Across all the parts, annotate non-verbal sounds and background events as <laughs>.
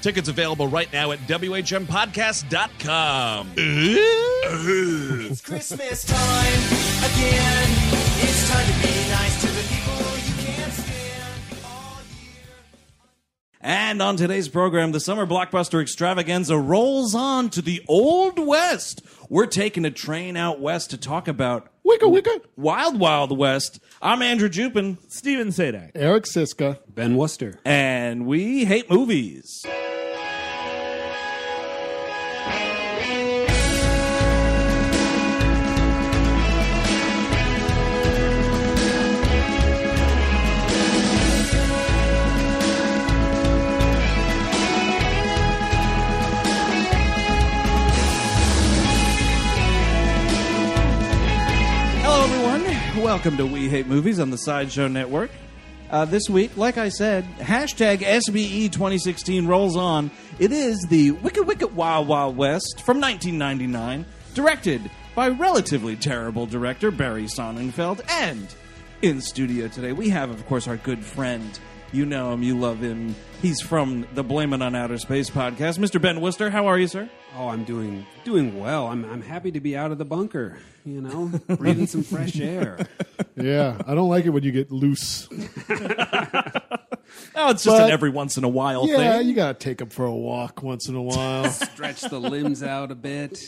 Tickets available right now at WHMPodcast.com. It's Christmas time again. It's time to be nice to the people you can't stand all year. And on today's program, the summer blockbuster extravaganza rolls on to the Old West. We're taking a train out west to talk about Wicka wicka. Wild Wild West. I'm Andrew Jupin, Steven Sadak. Eric Siska. Ben Worcester. and we hate movies. Hello, everyone. Welcome to We Hate Movies on the Sideshow Network. Uh, this week, like I said, hashtag SBE 2016 rolls on. It is the Wicked Wicked Wild Wild West from 1999, directed by relatively terrible director Barry Sonnenfeld. And in studio today, we have, of course, our good friend. You know him, you love him. He's from the Blame It on Outer Space podcast. Mr. Ben Worcester, how are you, sir? Oh, I'm doing doing well. I'm I'm happy to be out of the bunker. You know, breathing some fresh air. Yeah, I don't like it when you get loose. Oh, it's just But- an every once in a while Yeah, thing. you gotta take him for a walk once in a <laughs> while. Stretch the limbs out a bit.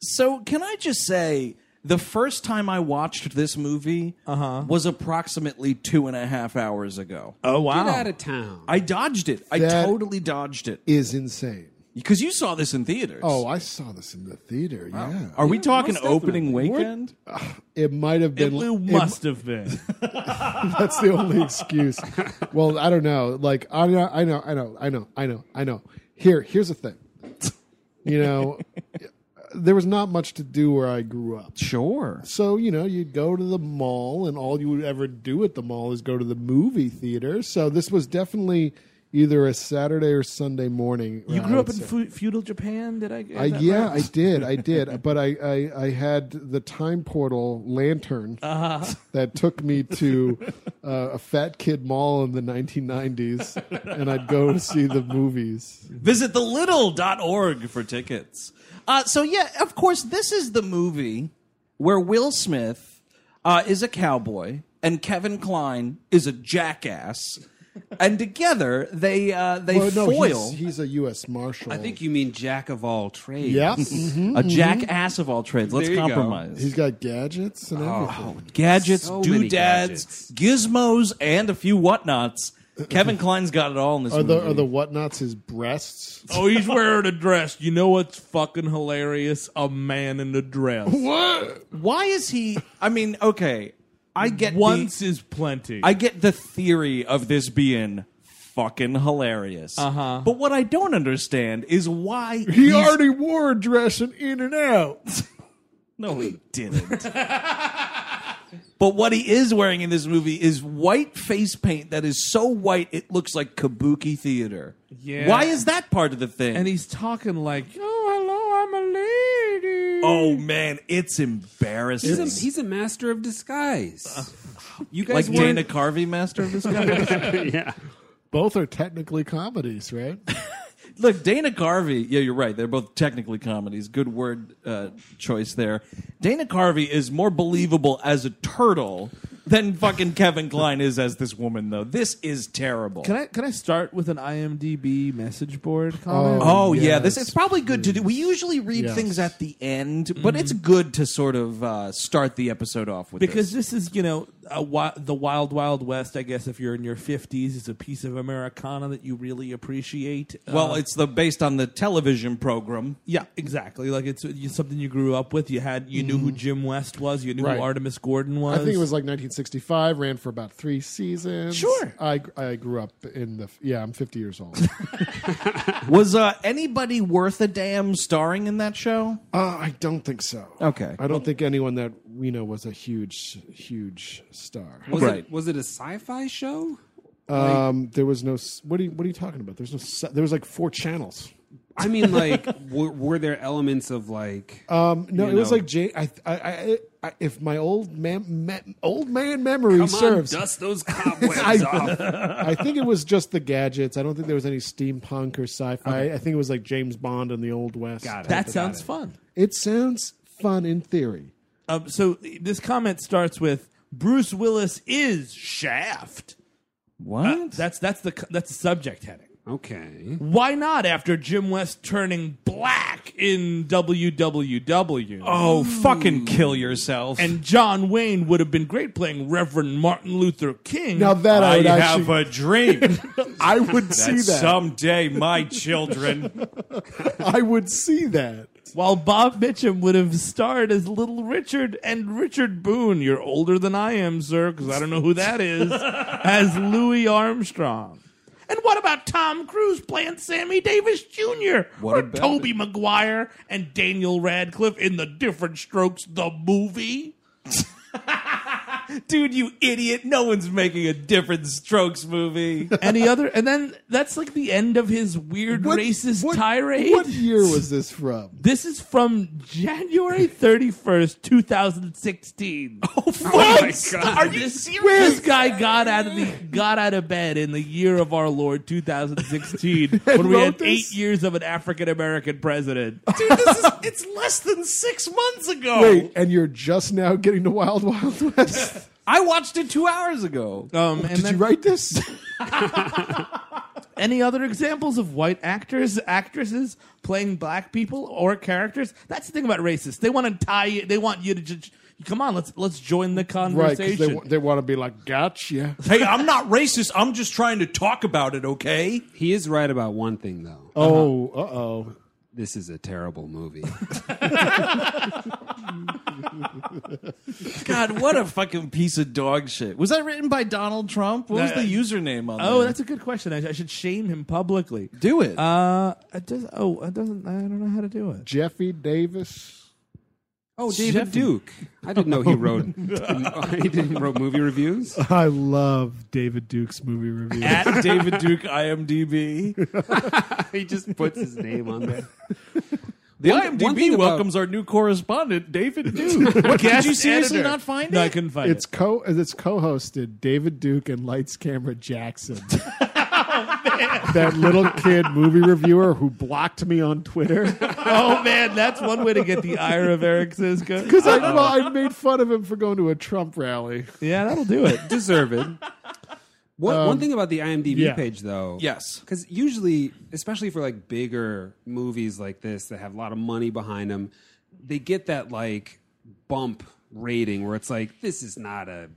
So can I just say the first time I watched this movie was approximately two and a half hours ago. Oh Get wow. out of town. I dodged it. I That- totally dodged it is insane. because you saw this in theaters. Oh, I saw this in the theater. Yeah, are we Yeah, talking most opening definitely. weekend? it might have been. Blue it- must have been. <laughs> that's the only excuse. well, I don't know. Like I know, I know, I know, I know, I know, I know. Here, here's the thing. You know, <laughs> there was not much to do where I grew up. Sure. So, you know, you'd go to the mall, and all you would ever do at the mall is go to the movie theater. So, this was definitely either a Saturday or Sunday morning. You I grew up would in say. feu- feudal Japan. Did I? get I, that Uh, yeah, right? I did. <laughs> I did. but I, I, I had the time portal lantern Uh-huh. that took me <laughs> to uh, a fat kid mall in the 1990s, and I'd go to see the movies. Visit thelittle.org for tickets. Uh, so, yeah, of course, this is the movie where Will Smith uh, is a cowboy and Kevin Klein is a jackass. And together they uh, they Well, no, foil he's, he's a U.S. Marshal. I think you mean jack of all trades. Yeah. Mm-hmm. a jackass of all trades. Let's There you go. compromise. He's got gadgets and Oh, everything. gadgets, So many doodads, gadgets. gizmos, and a few whatnots. Kevin Klein's got it all in this Are the movie. are the whatnots his breasts? Oh, he's wearing a dress. You know what's fucking hilarious? A man in a dress. Why is he? I mean, okay, I get Once the, is plenty. I get the theory of this being fucking hilarious. Uh huh. But what I don't understand is why He he's- <laughs> already wore a dress in In and Out. no he didn't. But what he is wearing in this movie is white face paint that is so white it looks like kabuki theater. Yeah. Why is that part of the thing? and he's talking like, "Oh, hello, I'm a lady." oh man, it's embarrassing. He's a, he's a master of Uh, disguise. You guys like weren't- Dana Carvey, master of this guy. yeah. Both are technically comedies, right? Look, Dana Carvey. Yeah, you're right. They're both technically comedies. Good word uh, choice there. Dana Carvey is more believable as a turtle than fucking Kevin Klein is as this woman, though. This is terrible. Can I can I start with an IMDb message board comment? Oh yeah, Yes, this it's probably good to do. We usually read Yes. things at the end, but it's good to sort of uh, start the episode off with because this is you know a, wi- the wild wild west. I guess if you're in your fifties, it's a piece of Americana that you really appreciate. this. well, Uh, it's the based on the television program. yeah, exactly. Like it's you, something you grew up with. You had you knew who Jim West was. You knew Mm-hmm. Right. who Artemis Gordon was. I think it was like 1965. Ran for about three seasons. Sure. I I grew up in the yeah. I'm 50 years old. Was uh, anybody worth a damn starring in that show? <laughs> uh, I don't think so. Okay. I don't think anyone that we know was a huge huge star. Was Right. It, was it a sci-fi show? Um, there was no. s- What are you What are you talking about? There's no. se- There was like four channels. I mean, like, <laughs> were, were there elements of like? Um, no, You it was know. like Jane. I, I, I, I, if my old man, ma- old man memory Come on, serves, dust <laughs> those cobwebs <laughs> off. I think it was just the gadgets. I don't think there was any steampunk or sci-fi. I think it was like James Bond and the Old West. Got it. that sounds fun. It sounds fun in theory. Um, so this comment starts with Bruce Willis is Shaft. What? That's that's the c- that's the subject heading. Okay. Why not after Jim West turning black in WWW? oh, fucking kill yourself! And John Wayne would have been great playing Reverend Martin Luther King. Now that I, I would have actually, a <laughs> dream I would see that that. someday my children. I would see that. while Bob Mitchum would have starred as Little Richard and Richard Boone, you're older than I am, sir, because I don't know who that <laughs> is, as Louis Armstrong. And what about Tom Cruise playing Sammy Davis Jr. What or about Toby Maguire and Daniel Radcliffe in the Different Strokes the movie? <laughs> Dude, you idiot! No one's making a different Strokes movie. Any other? And then that's like the end of his weird What- racist what- tirade. What year was <laughs> this from? This is from <laughs> January 31st, 2016. Oh, What? Are you serious? This guy got out of the got out of bed in the year of our Lord <laughs> 2016 when we wrote had this? 8 years of an African American <laughs> president. Dude, this is, it's less than six months ago. Wait, and you're just now getting to Wild Wild West? I watched it two hours ago. Um, and Did then you write this? any other examples of white actors, actresses playing black people or characters? That's the thing about racists. They want to tie you, they want you to just come on, let's let's join the right, 'cause they, conversation. wa- they want to be like, gotcha. hey, I'm not racist. I'm just trying to talk about it, okay? He is right about one thing though. Oh, uh oh. This is a terrible movie. God, what a fucking piece of dog shit. Was that written by Donald Trump? What was the username on Oh, there? that's a good question. I, I should shame him publicly. Do it. Uh, it does. Oh, it doesn't. I don't know how to do it. Jeffy Davis. Oh, David Duke. I didn't know he wrote. he didn't wrote movie reviews. I love David Duke's movie review. At David Duke IMDb. <laughs> he just puts his name on there. The One- IMDb one thing about- welcomes our new correspondent, David Duke. <laughs> what, did you seriously editor. not find No, I it? couldn't find It's co it's co-hosted David Duke and Lights Camera Jackson. that little kid movie reviewer who blocked me on Twitter it. Oh man, that's one way to get the ire of Eric Siska. because I, well, I made fun of him for going to a Trump rally. Yeah, that'll do it. Deserved. One, one thing about the IMDb yeah. page though. Yes. Because usually, especially for like bigger movies like this that have a lot of money behind them, they get that like bump rating where it's like this is not a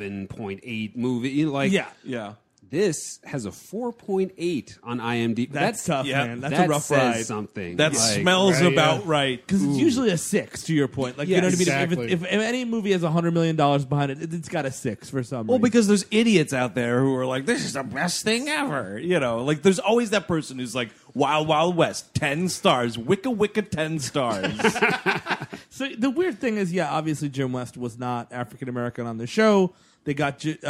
7.8 movie you know, like Yeah. Yeah. this has a 4.8 on imdb <laughs> That's tough, yeah, man. That's that a rough says ride. something That Like, smells about right. Because it's usually a six, to your point. Like Yeah, you know what I exactly. mean. If, if, if any movie has a hundred million dollars behind it, it- it's got a six for some. Well, reason. because there's idiots out there who are like, this is the best thing ever. You know, like there's always that person who's like, Wild Wild West, 10 stars, Wicca Wicca, 10 stars. So the weird thing is, yeah, obviously Jim West was not African American on the show. They got J- uh,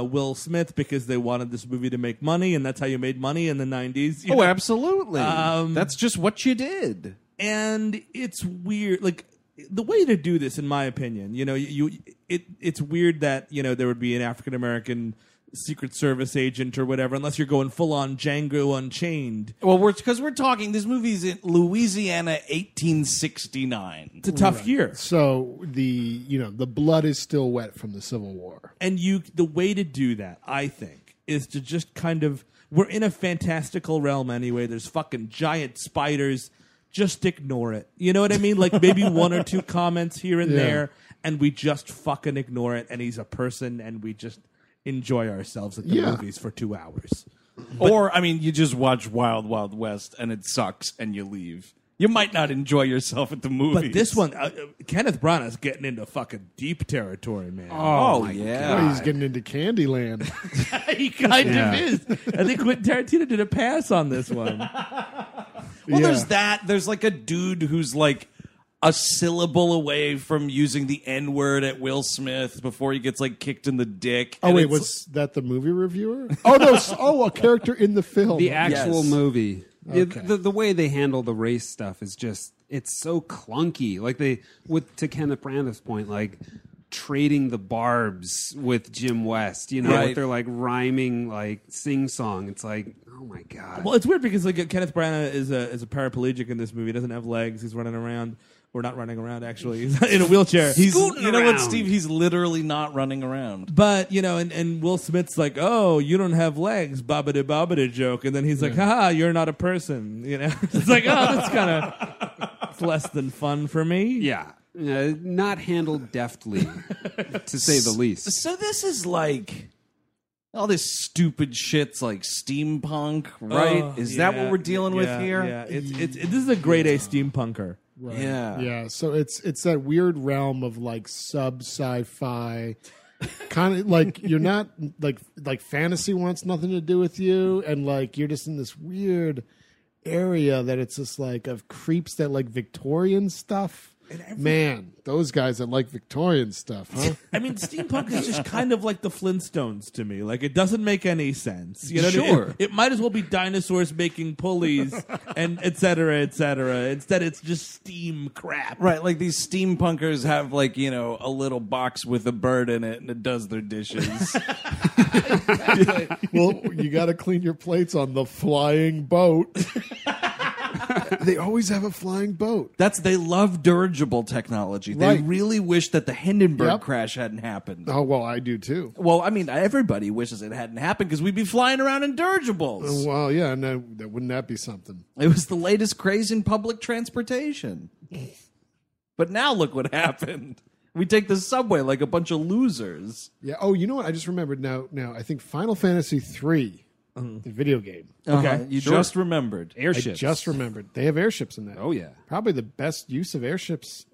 uh, Will Smith because they wanted this movie to make money, and that's how you made money in the '90s. you <laughs> Oh, know? absolutely. That's just what you did. and it's weird like the way to do this in my opinion you know you, you it it's weird that you know there would be an african american secret service agent or whatever unless you're going full on django unchained Well, we're because we're talking. This movie's in Louisiana, 1869. it's a tough year So the you know the blood is still wet from the Civil War. and you the way to do that i think is to just kind of we're in a fantastical realm anyway there's fucking giant spiders just ignore it you know what i mean like <laughs> maybe one or two comments here and Yeah. there and we just fucking ignore it and he's a person and we just enjoy ourselves at the Yeah. movies for two hours or I mean, you just watch Wild Wild West and it sucks, and you leave. You might not enjoy yourself at the movies. but this one uh, uh, kenneth branagh's getting into fucking deep territory man oh, yeah. Boy, he's getting into Candyland. <laughs> he kind of is i think quentin tarantino did a pass on this one Well, there's Yeah. that. There's like a dude who's like a syllable away from using the N word at Will Smith before he gets like kicked in the dick. Oh And wait, it's- was that the movie reviewer? Oh no! s- Oh, a character in the film. The actual Yes. movie. It- Okay. the, the way they handle the race stuff is just it's so clunky. Like they with to Kenneth Branagh's point, like trading the barbs with Jim West, you know, Right. with their like rhyming like sing song. It's like, oh my god. Well, it's weird because like Kenneth Branagh is a is a paraplegic in this movie. He doesn't have legs. He's running around. We're not running around actually. He's in a wheelchair. <laughs> he's scooting you know around. what, Steve? He's literally not running around. but you know, and, and Will Smith's like, "Oh, you don't have legs," babada babada joke, and then he's like, "Ha, you're not a person." You know, <laughs> it's like, oh, that's kind of it's less than fun for me. yeah. Uh, not <laughs> handled deftly, to say the least. So this is like all this stupid shit's like steampunk, right? Oh, is that yeah, what we're dealing yeah, with here? Yeah, it's, it's it, this is a grade A steampunker. Right. Yeah. yeah. So it's it's that weird realm of like sub sci-fi, kind of like you're not like like fantasy wants nothing to do with you, and like you're just in this weird area that it's just like of creeps that like Victorian stuff. Man, those guys that like Victorian stuff, huh? I mean, steampunk is just kind of like the Flintstones to me. Like, it doesn't make any sense. You know, what I mean? Sure. it, it might as well be dinosaurs making pulleys and et cetera, et cetera. Instead, it's just steam crap. Right, like these steampunkers have like you know a little box with a bird in it, and it does their dishes. <laughs> well, you got to clean your plates on the flying <laughs> boat. they always have a flying boat. That's they love dirigible technology. They Right. really wish that the Hindenburg Yep. crash hadn't happened. Oh well, I do too. Well, I mean, everybody wishes it hadn't happened because we'd be flying around in dirigibles. Well, yeah, and then, that wouldn't that be something? It was the latest craze in public transportation. but now look what happened. We take the subway like a bunch of losers. Yeah. Oh, you know what? I just remembered now. Now I think Final Fantasy three, the video game. Oh, Okay, you just remembered. I Airships. just remembered they have airships in that. Oh, yeah. probably the best use of airships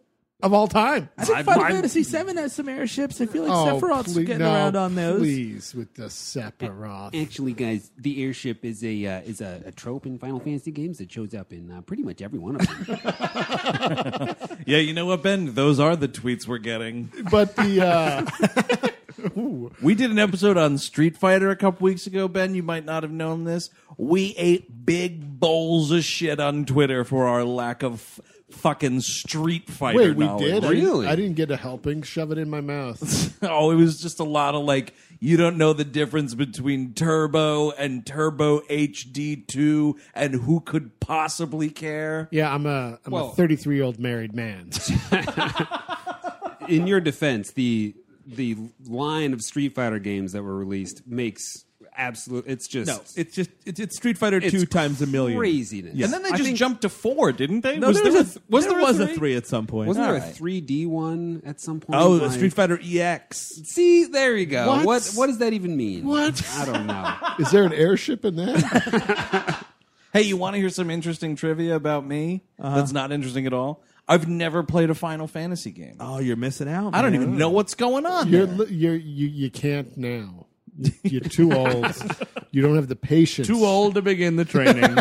of all time. I think Final Fantasy VII has some airships. I feel like oh, Sephiroth's please, getting no, around on those. Please with the Sephiroth. Actually, guys, the airship is a uh, is a, a trope in Final Fantasy games that shows up in uh, pretty much every one of them. Yeah, you know what, Ben? Those are the tweets we're getting. but the <laughs> uh, We did an episode on Street Fighter a couple weeks ago, Ben. You might not have known this. We ate big bowls of shit on Twitter for our lack of f- fucking Street Fighter wait, we knowledge. did. I didn't- Really? I didn't get a helping. Shove it in <laughs> my mouth. oh, it was just a lot of like, you don't know the difference between Turbo and Turbo HD2 and who could possibly care. Yeah, I'm a I'm Well- a 33 year old <laughs> married man. in your defense, the the line of Street Fighter games that were released makes absolute. It's just No, it's just it's, it's Street Fighter it's two times a million. craziness. And then they just jumped to four, didn't they? No, there, was, th- a, there was three? a three at some point. Wasn't there Alright. a 3D one at some point? Oh, Like- Street Fighter EX. See, there you go. What? What? what does that even mean? What? I don't know. Is there an airship <laughs> in that? Hey, you want to hear some interesting trivia about me? That's not interesting at all. I've never played a Final Fantasy game. Oh, you're missing out. I don't man. even know what's going on. You're, There. li- you're you you can't now. You're <laughs> too old. You don't have the patience. Too old to begin the training.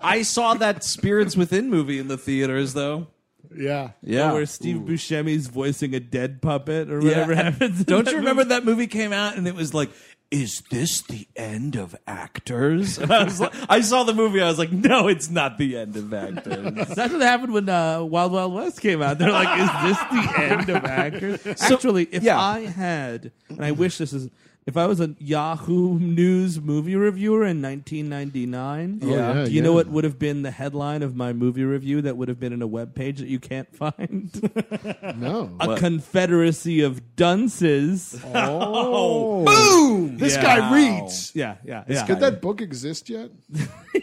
I saw that Spirits Within movie in the theaters, though. Yeah. Yeah. where Steve Buscemi's voicing a dead puppet or Yeah. <laughs> <laughs> whatever happens. in Don't that you remember movie? that movie came out and it was like, is this the end of actors? <laughs> And I was like, I saw the movie. I was like, no, it's not the end of <laughs> actors. That's what happened when uh, Wild Wild West came out. They're like, "Is this <laughs> the end of actors?" Actually, if yeah. I had, and I wish this is, if I was a Yahoo News movie reviewer in 1999, Oh, yeah, do you know yeah. what would have been the headline of my movie review that would have been in a web page that you can't <laughs> find? No. a confederacy of dunces. <laughs> Oh. Boom! This guy reads. yeah, <laughs> yeah, yeah. Did that book exist yet?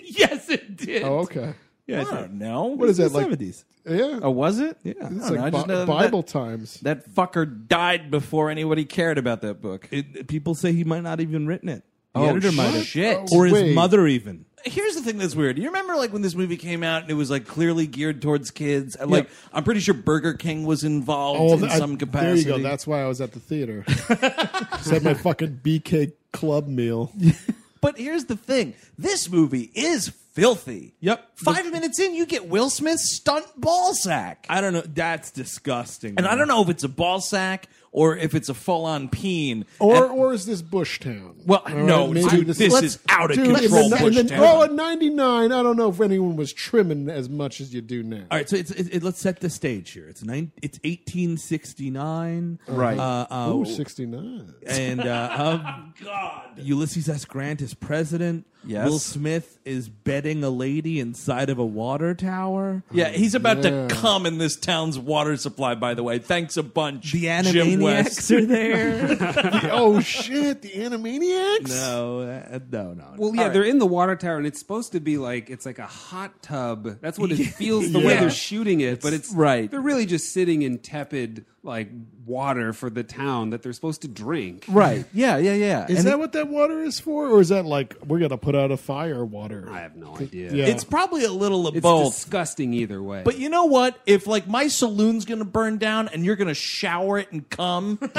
yes, it did. Oh, okay. yeah, it I did. don't know. What is that The like? 70s. Yeah. Oh, was it? Yeah. It's like Bi- Bible times. That, that fucker died before anybody cared about that book. It, people say he might not even written it. The Oh, editor might have. shit. Or his Wait. mother even. Here's the thing that's weird. You remember like when this movie came out and it was like clearly geared towards kids? And, like I'm pretty sure Burger King was involved in th- Oh, I- some capacity. There you go. That's why I was at the theater. Just had my fucking BK club meal. But here's the thing: this movie is filthy. Yep. Five minutes in, you get Will Smith's stunt ball sack, I don't know. That's disgusting. and I man. don't know if it's a ball sack or if it's a full-on peen. Or And- or is this Bush Town? well, All right, no, maybe dude, this- this, let's- is out of Dude, in control. the, in Bush the- Town. oh, in '99, I don't know if anyone was trimming as much as you do now. All right, so it's, it, it- let's set the stage here. It's nine. It's 1869. Right. Uh, uh, Ooh, 69. and <laughs> uh, oh, God, Ulysses S. Grant is president. Yes. Will Smith is bedding a lady inside of a water tower. Yeah, he's about Yeah. to come in this town's water supply. By the way, thanks a bunch. The Jim West. Animaniacs are <laughs> there. oh shit, the <laughs> Animaniacs. no, uh, no, no. no. Well, yeah, they're in the water tower, and it's supposed to be like it's like a hot tub. That's what it feels the way Yeah. they're shooting it, but it's right. They're really just sitting in tepid like water for the town that they're supposed to drink. Right? Yeah, yeah, yeah. Is And that what that water is for, or is that like we're gonna put out a fire? Water. I have no idea. Yeah. It's probably a little of It's both. disgusting either way. But you know what? If like my saloon's gonna burn down and you're gonna shower it and come, let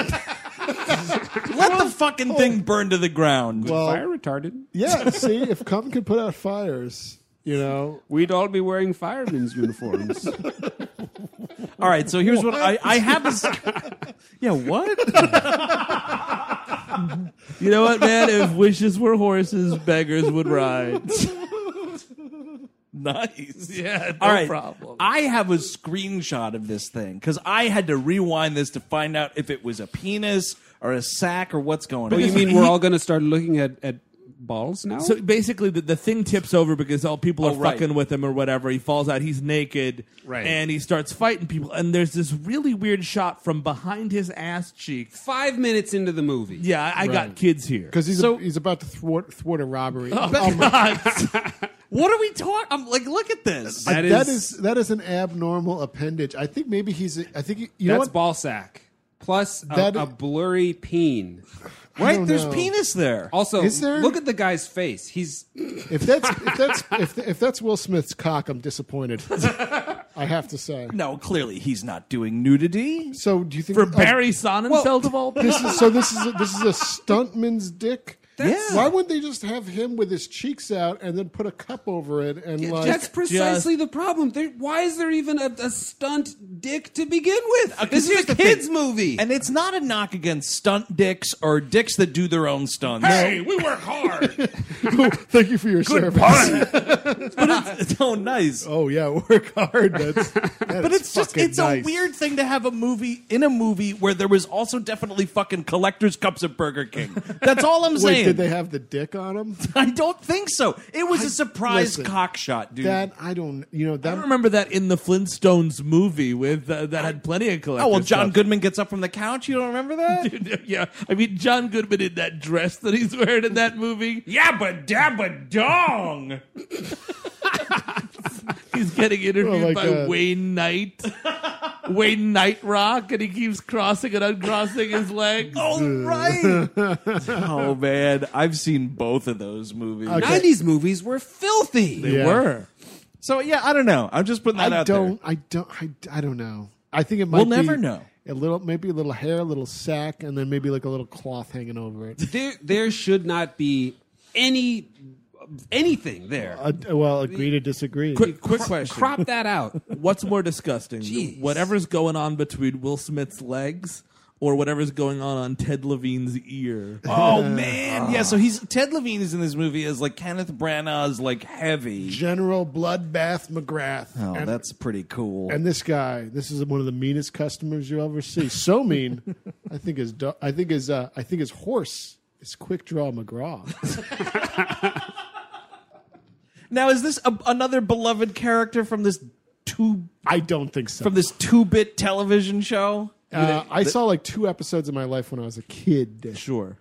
the fucking thing burn to the ground. Well, fire retarded. yeah. See, if cum could put out fires, you know, We'd all be wearing firemen's <laughs> uniforms. <laughs> All right, so here's what, I, I have a. s- yeah, what? You know what, man? if wishes were horses, beggars would <laughs> ride. nice. Yeah, no All right. problem. I have a screenshot of this thing because I had to rewind this to find out if it was a penis or a sack or what's going on. you mean we're all going to start looking at, at balls now? So basically, the, the thing tips over because all people are Oh, right. fucking with him or whatever. He falls out. He's naked, Right. And he starts fighting people. And there's this really weird shot from behind his ass cheek. Five minutes into the movie. Yeah, I, I got kids here. because he's he's about to thwart thwart a robbery. oh <laughs> What are we talking? I'm like, look at this. that, That is, that is- is an abnormal appendage. I think maybe he's. a- I think you know That's what? ball sack. Plus a, That- a blurry peen. right? don't There's know. penis there. Also, Is there- look at the guy's face. He's If that's if that's if, if that's Will Smith's cock, I'm disappointed. I have to say. No, clearly he's not doing nudity. So do you think For oh, Barry Sonnenfeld of all people. this is so this is a, this is a stuntman's dick. That's- Why wouldn't they just have him with his cheeks out and then put a cup over it and like <laughs> that's precisely the problem. There, why is there even a, a stunt dick to begin Uh, with? this here's is a the thing. kids movie. And it's not a knock against stunt dicks or dicks that do their own stunts. <laughs> we work hard. thank you for your service. it's so nice. Oh yeah, <laughs> work hard. <laughs> That's, that But is it's just fucking it's nice. a weird thing to have a movie in a movie where there was also definitely fucking collectors cups at Burger King. That's all <laughs> I'm Wait, saying. did they have the dick on <laughs> him? I don't think so. It was a surprise listen, cock shot, dude. That I don't. You know I that. remember that in the Flintstones movie with uh, that had plenty of collectors. oh well, John stuff. Goodman gets up from the couch. You don't remember <laughs> that? Dude, <laughs> yeah, I mean John Goodman in that dress that he's wearing in that <laughs> movie. Yabba dabba dong. <laughs> He's getting interviewed Oh, my by God. Wayne Knight. Wayne Knight Rock, and he keeps crossing and uncrossing his legs. Oh right. <laughs> oh man, I've seen both of those movies. Okay. 90s movies were filthy. Yeah. Were. So yeah, I don't know. I'm just putting that I out don't. I don't. I, I don't know. I think it might. We'll be never know. A little, maybe a little hair, a little sack, <laughs> and then maybe like a little cloth hanging over it. There, there should not be any anything there. Uh, well, agree to disagree. Quick, quick question. Crop that out. What's more disgusting? Jeez. Whatever's going on between Will Smith's legs or whatever's going on on Ted Levine's ear. <laughs> Oh man, yeah. So he's Ted Levine is in this movie as like Kenneth Branagh's like heavy. General Bloodbath McGrath. Oh, and, that's pretty cool. and this guy, this is one of the meanest customers you'll ever see. So mean. <laughs> I think his do- I think his uh, I think his horse is Quick Draw McGraw. <laughs> now is this a, another beloved character from this two I don't think so. from this two bit television show? uh, I saw like two episodes in my life when I was a kid. Sure.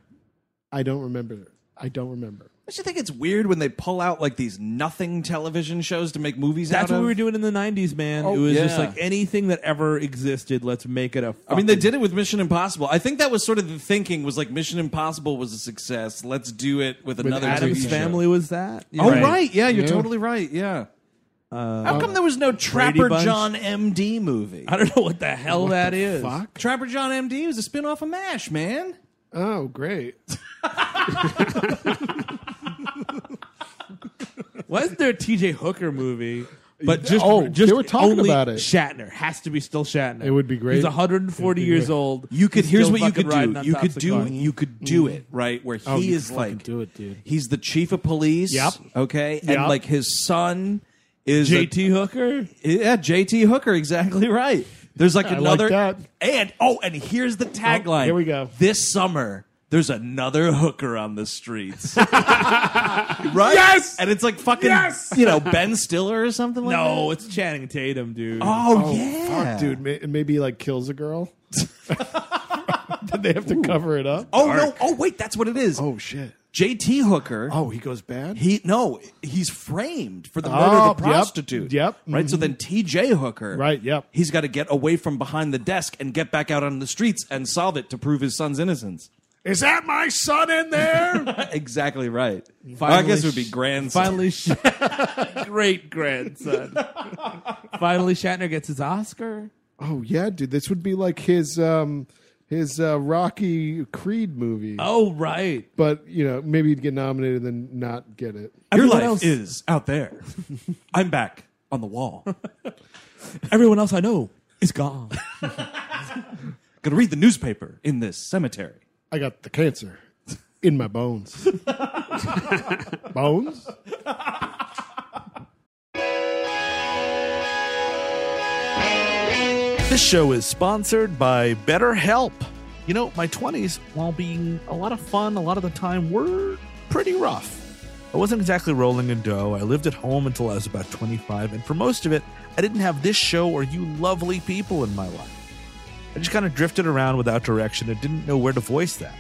I don't remember. I don't remember. Don't you think it's weird when they pull out like these nothing television shows to make movies That's what out of? Oh, we were doing in the 90s, man. it was just yeah. like anything that ever existed, let's make it a I mean, they fucking- did it with Mission Impossible. I think that was sort of the thinking was like Mission Impossible was a success. Let's do it with another Adam's TV show. family was that? Oh Right. right, yeah, Uh, you're Yeah. totally right. Yeah. How come there was no Trapper Bunch? John MD movie? I don't know what the hell that the is. fuck? Trapper John MD was a spin-off of MASH, man. Oh, <laughs> great. Why isn't there a TJ Hooker movie? But just Oh, just they were talking only about it. Shatner has to be still Shatner. It would be great. He's 140 It'd be years great. old. You could He's here's still what you fucking could riding do. on You top could of do cars. you could do it right where he you is could fucking like do it, dude. He's the chief of police. Yep. Okay, and Yep. like his son is a- JT Hooker. Yeah, JT Hooker, exactly right. There's like I like another that. and oh, and here's the tagline. here we go. This summer, there's another hooker on <laughs> the streets. right? Yes! And it's like fucking you know, Ben Stiller or something like that. No, it's Channing Tatum, dude. Oh, yeah. Fuck, dude. May- maybe like kills a girl. <laughs> Did they have to cover it up? Oh no, oh wait, that's what it is. Oh shit. JT Hooker. Oh, he goes bad. He no, he's framed for the murder Oh, of a yep, prostitute. yep, Right. So then T.J. Hooker. Right, yep. He's got to get away from behind the desk and get back out on the streets and solve it to prove his son's innocence. Is that my son in there? <laughs> exactly right. Finally I guess it would be sh- grandson. Finally, <laughs> sh- great grandson. Finally, Shatner gets his Oscar. <laughs> oh yeah, dude. This would be like his um his uh, Rocky Creed movie. Oh right. But you know, maybe he'd get nominated and then not get it. Your Everyone life else- is out there. I'm back on the wall. Everyone else I know is gone. Gonna read the newspaper in this cemetery. I got the cancer in my <laughs> bones. bones? This show is sponsored by BetterHelp. You know, my 20s, while being a lot of fun a lot of the time, were pretty rough. I wasn't exactly rolling in dough. I lived at home until I was about 25, and for most of it, I didn't have this show or you lovely people in my life. I just kind of drifted around without direction and didn't know where to voice that.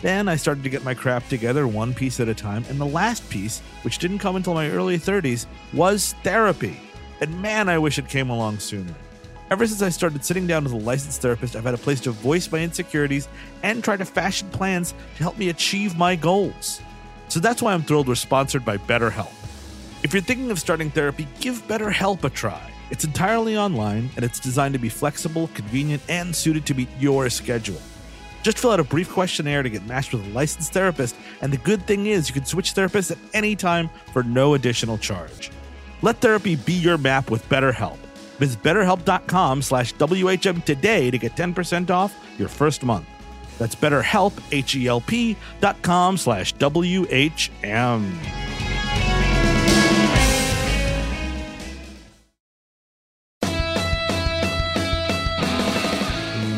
Then I started to get my crap together one piece at a time, and the last piece, which didn't come until my early 30s, was therapy. And man, I wish it came along sooner. Ever since I started sitting down with a licensed therapist, I've had a place to voice my insecurities and try to fashion plans to help me achieve my goals. So that's why I'm thrilled we're sponsored by BetterHelp. If you're thinking of starting therapy, give BetterHelp a try. It's entirely online and it's designed to be flexible, convenient, and suited to meet your schedule. Just fill out a brief questionnaire to get matched with a licensed therapist, and the good thing is you can switch therapists at any time for no additional charge. Let therapy be your map with BetterHelp. Visit betterhelp.com slash WHM today to get 10% off your first month. That's betterhelp, H-E-L-P dot com slash W-H-M.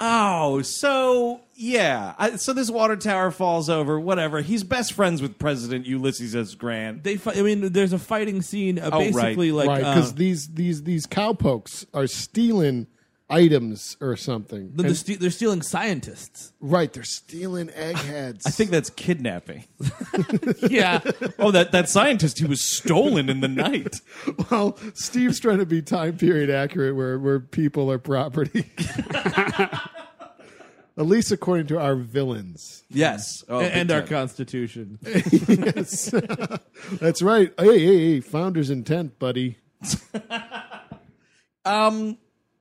Oh, so yeah. I, so this water tower falls over. Whatever. He's best friends with President Ulysses S. Grant. They, fi- I mean, there's a fighting scene. Uh, Oh, right. basically, like right? uh, Because these these these cowpokes are stealing items or something. the- the ste- they're stealing scientists. right, they're stealing eggheads. I think that's kidnapping. <laughs> Yeah, oh, that that scientist. He was stolen in the night. <laughs> well, Steve's trying to be time period accurate, where where people are property. At least according to our villains. Yes. Oh, big and our time. constitution. That's right. Hey, hey, hey, founder's intent, buddy.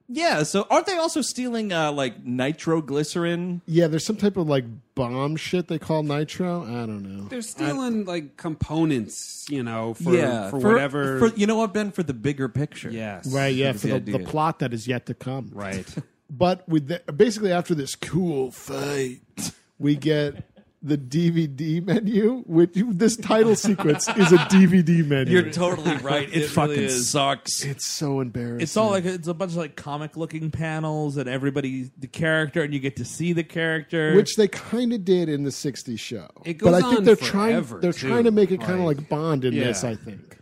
yeah. So aren't they also stealing uh, like nitroglycerin? Yeah, there's some type of like bomb shit they call nitro. I don't know. They're stealing like components, you know, for for, whatever. For, you know what, Ben? For the bigger picture. yes, Right, yeah, for the, the the idea. plot that is yet to come. <laughs> right. But with the, basically after this cool fight, we get the DVD menu, which this title sequence is a DVD <laughs> menu. You're totally right. It, It fucking really is. sucks. it's so embarrassing. It's all like it's a bunch of like comic looking panels and everybody the character and you get to see the character. which they kind of did in the '60s show. It but goes I think on they're forever, trying. They're too, trying to make it kind of like- like Bond in Yeah. this. I think.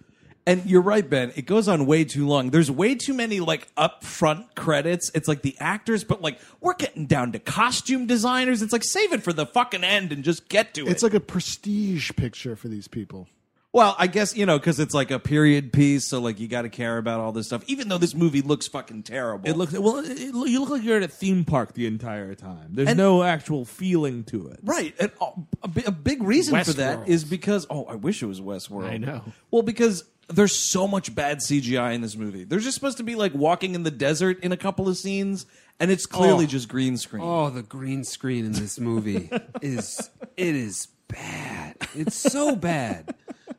And you're right, Ben. It goes on way too long. There's way too many like upfront credits. It's like the actors, but like we're getting down to costume designers. It's like save it for the fucking end and just get to it. It's like a prestige picture for these people. well, I guess you know because it's like a period piece, so like you got to care about all this stuff. Even though this movie looks fucking terrible, it looks well. It, it- you look like you're at a theme park the entire time. There's And- no actual feeling to it. Right, and uh, a, bi- a big reason for that Westworld. is because oh, I wish it was Westworld. I know. Well, because there's so much bad CGI in this movie. They're just supposed to be like walking in the desert in a couple of scenes, and it's clearly Oh. just green screen. Oh, the green screen in this <laughs> movie is it is bad. It's so bad.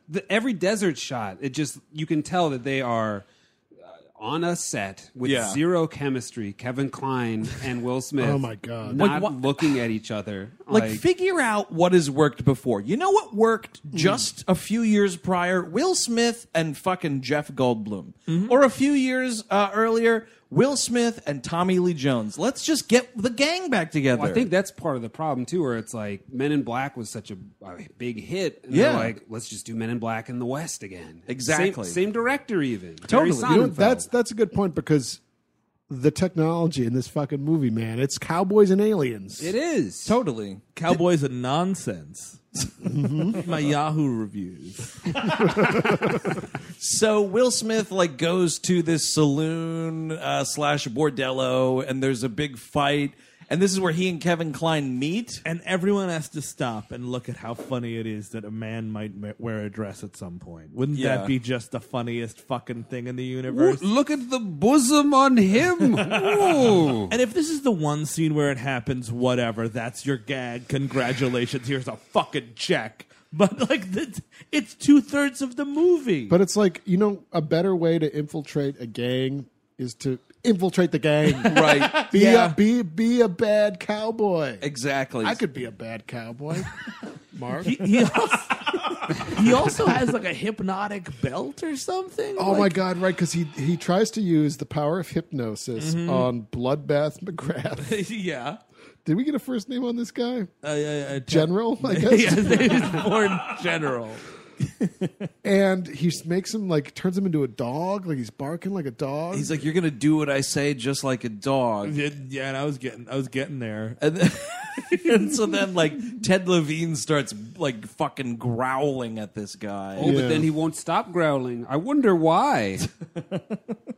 The, every desert shot, it just you can tell that they are uh, on a set with Yeah. zero chemistry. Kevin Klein and <laughs> Will Smith. Oh, my God. not Like, wha- looking at each other. like, figure out what has worked before. You know what worked just a few years prior? Will Smith and fucking Jeff Goldblum. Or a few years uh, earlier, Will Smith and Tommy Lee Jones. Let's just get the gang back together. Well, I think that's part of the problem too, where it's like Men in Black was such a, a big hit. And Yeah. they're like let's just do Men in Black in the West again. Exactly. Same, same director, even. Totally. Terry You know, Sonnenfeld. that's that's a good point because the technology in this fucking movie, man, it's cowboys and aliens. it is. totally. Cowboys are nonsense. <laughs> Mm-hmm. My Yahoo reviews. So Will Smith like goes to this saloon uh, slash bordello, and there's a big fight, and this is where he and Kevin Klein meet. And everyone has to stop and look at how funny it is that a man might ma- wear a dress at some point. Wouldn't Yeah. that be just the funniest fucking thing in the Ooh, universe? look at the bosom on <laughs> him. Ooh. And if this is the one scene where it happens, whatever, that's your gag. Congratulations, here's a fucking check. But like, th- it's two thirds of the movie. But it's like you know, a better way to infiltrate a gang is to infiltrate the <laughs> gang. Right. Be a be be a bad cowboy. Exactly. I could be a bad <laughs> cowboy. Mark. he, he also, he also has like a hypnotic belt or something. Oh my god, right, because he he tries to use the power of hypnosis on Bloodbath McGrath. <laughs> god! yeah, Did we get a first name on this guy? uh, uh, uh, <laughs> General, I guess. yes, he's born general. and he s- makes him like turns him into a dog, like he's barking like a dog. He's like, you're gonna do what I say, just like a dog. Yeah, yeah, and I was getting, I was getting there. And, then, <laughs> and so then, like Ted Levine starts like fucking growling at this guy. Oh, Yeah. but then he won't stop growling. I wonder <laughs> why.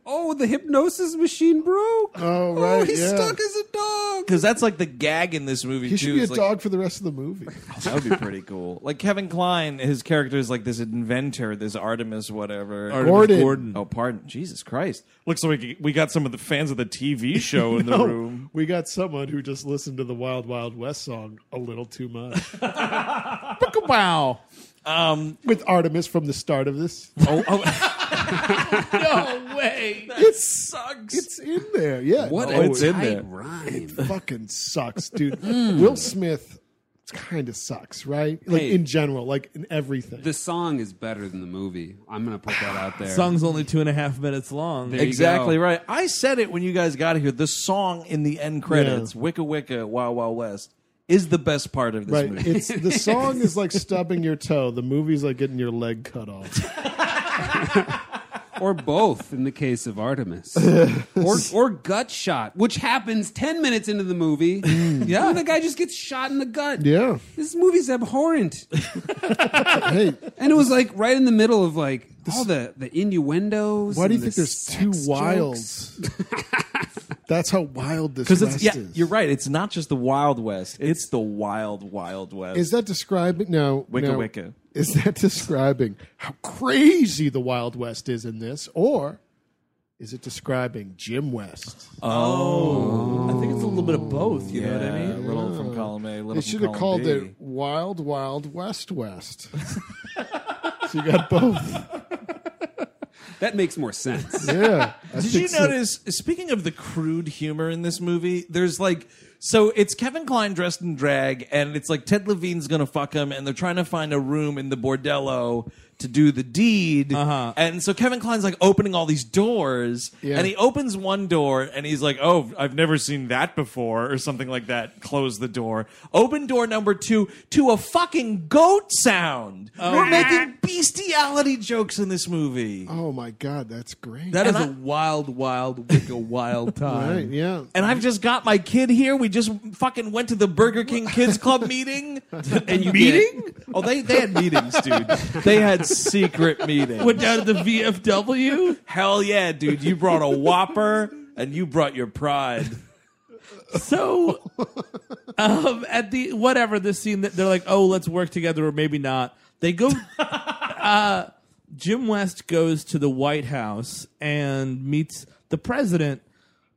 oh, the hypnosis machine broke. oh right, he's yeah. stuck as a dog. Because that's like the gag in this movie he too. should be a is, like, dog for the rest of the movie. That would be pretty cool. Like Kevin Klein, his character is like this inventor, this Artemis, whatever. Artemis Gordon. Oh, pardon. Jesus Christ. Looks like we got some of the fans of the TV show <laughs> in the room. <laughs> We got someone who just listened to the Wild Wild West song a little too <laughs> much Wow. with Artemis from the start of this. No way. it sucks. It's in there. Yeah. What Oh, a it's in tight there. rhyme. <laughs> fucking sucks, dude. Hmm. Will Smith kind of sucks, right? Like Hey. in general, like in everything. The song is better than the movie. I'm going to put that out there. Song's only two and a half minutes long. There you Exactly go. right. I said it when you guys got here. The song in the end credits, Wicca Wicca, Wow Wow West, is the best part of this Right, movie. it's the song is like stubbing your toe. The movie's like getting your leg cut off. Or both in the case of <laughs> Artemis. or, or gut shot, which happens 10 minutes into the movie. Mm. yeah. the guy just gets shot in the gut. Yeah, This movie's abhorrent. hey, And it was like right in the middle of like all the, the innuendos. why do you and think the there's two sex jokes. wilds? <laughs> That's how wild this Because West it's, yeah, is. you're right. It's not just the Wild West, it's the Wild Wild West. Is that describing now? Wicca now, Wicca. Is that <laughs> describing how crazy the Wild West is in this, or is it describing Jim West? I think it's a little bit of both. You know what I Yeah, mean? a little from column A, a little They from should have called column B. it Wild Wild West <laughs> West. so you got both. That makes more <laughs> sense. Yeah. I Did think you so. notice? Speaking of the crude humor in this movie, there's like so it's Kevin Klein dressed in drag, and it's like Ted Levine's gonna fuck him, and they're trying to find a room in the bordello to do the deed. Uh-huh. And so Kevin Klein's like opening all these doors, Yeah. and he opens one door, and he's like, "Oh, I've never seen that before," or something like that. Close the door. Open door number two to a fucking goat sound. We're making bestiality jokes in this movie. Oh my God, that's great. That And is I- a wild, wild, wicked, wild time. right, yeah. and I've just got my kid here. We just fucking went to the Burger King Kids <laughs> Club meeting. and you meeting? oh, they they had meetings, dude. They had secret meetings. Went down to the VFW. Hell yeah, dude! You brought a Whopper and you brought your pride. So, um, at the whatever this scene, that they're like, "Oh, let's work together," or maybe not. They go. uh, Jim West goes to the White House and meets the president,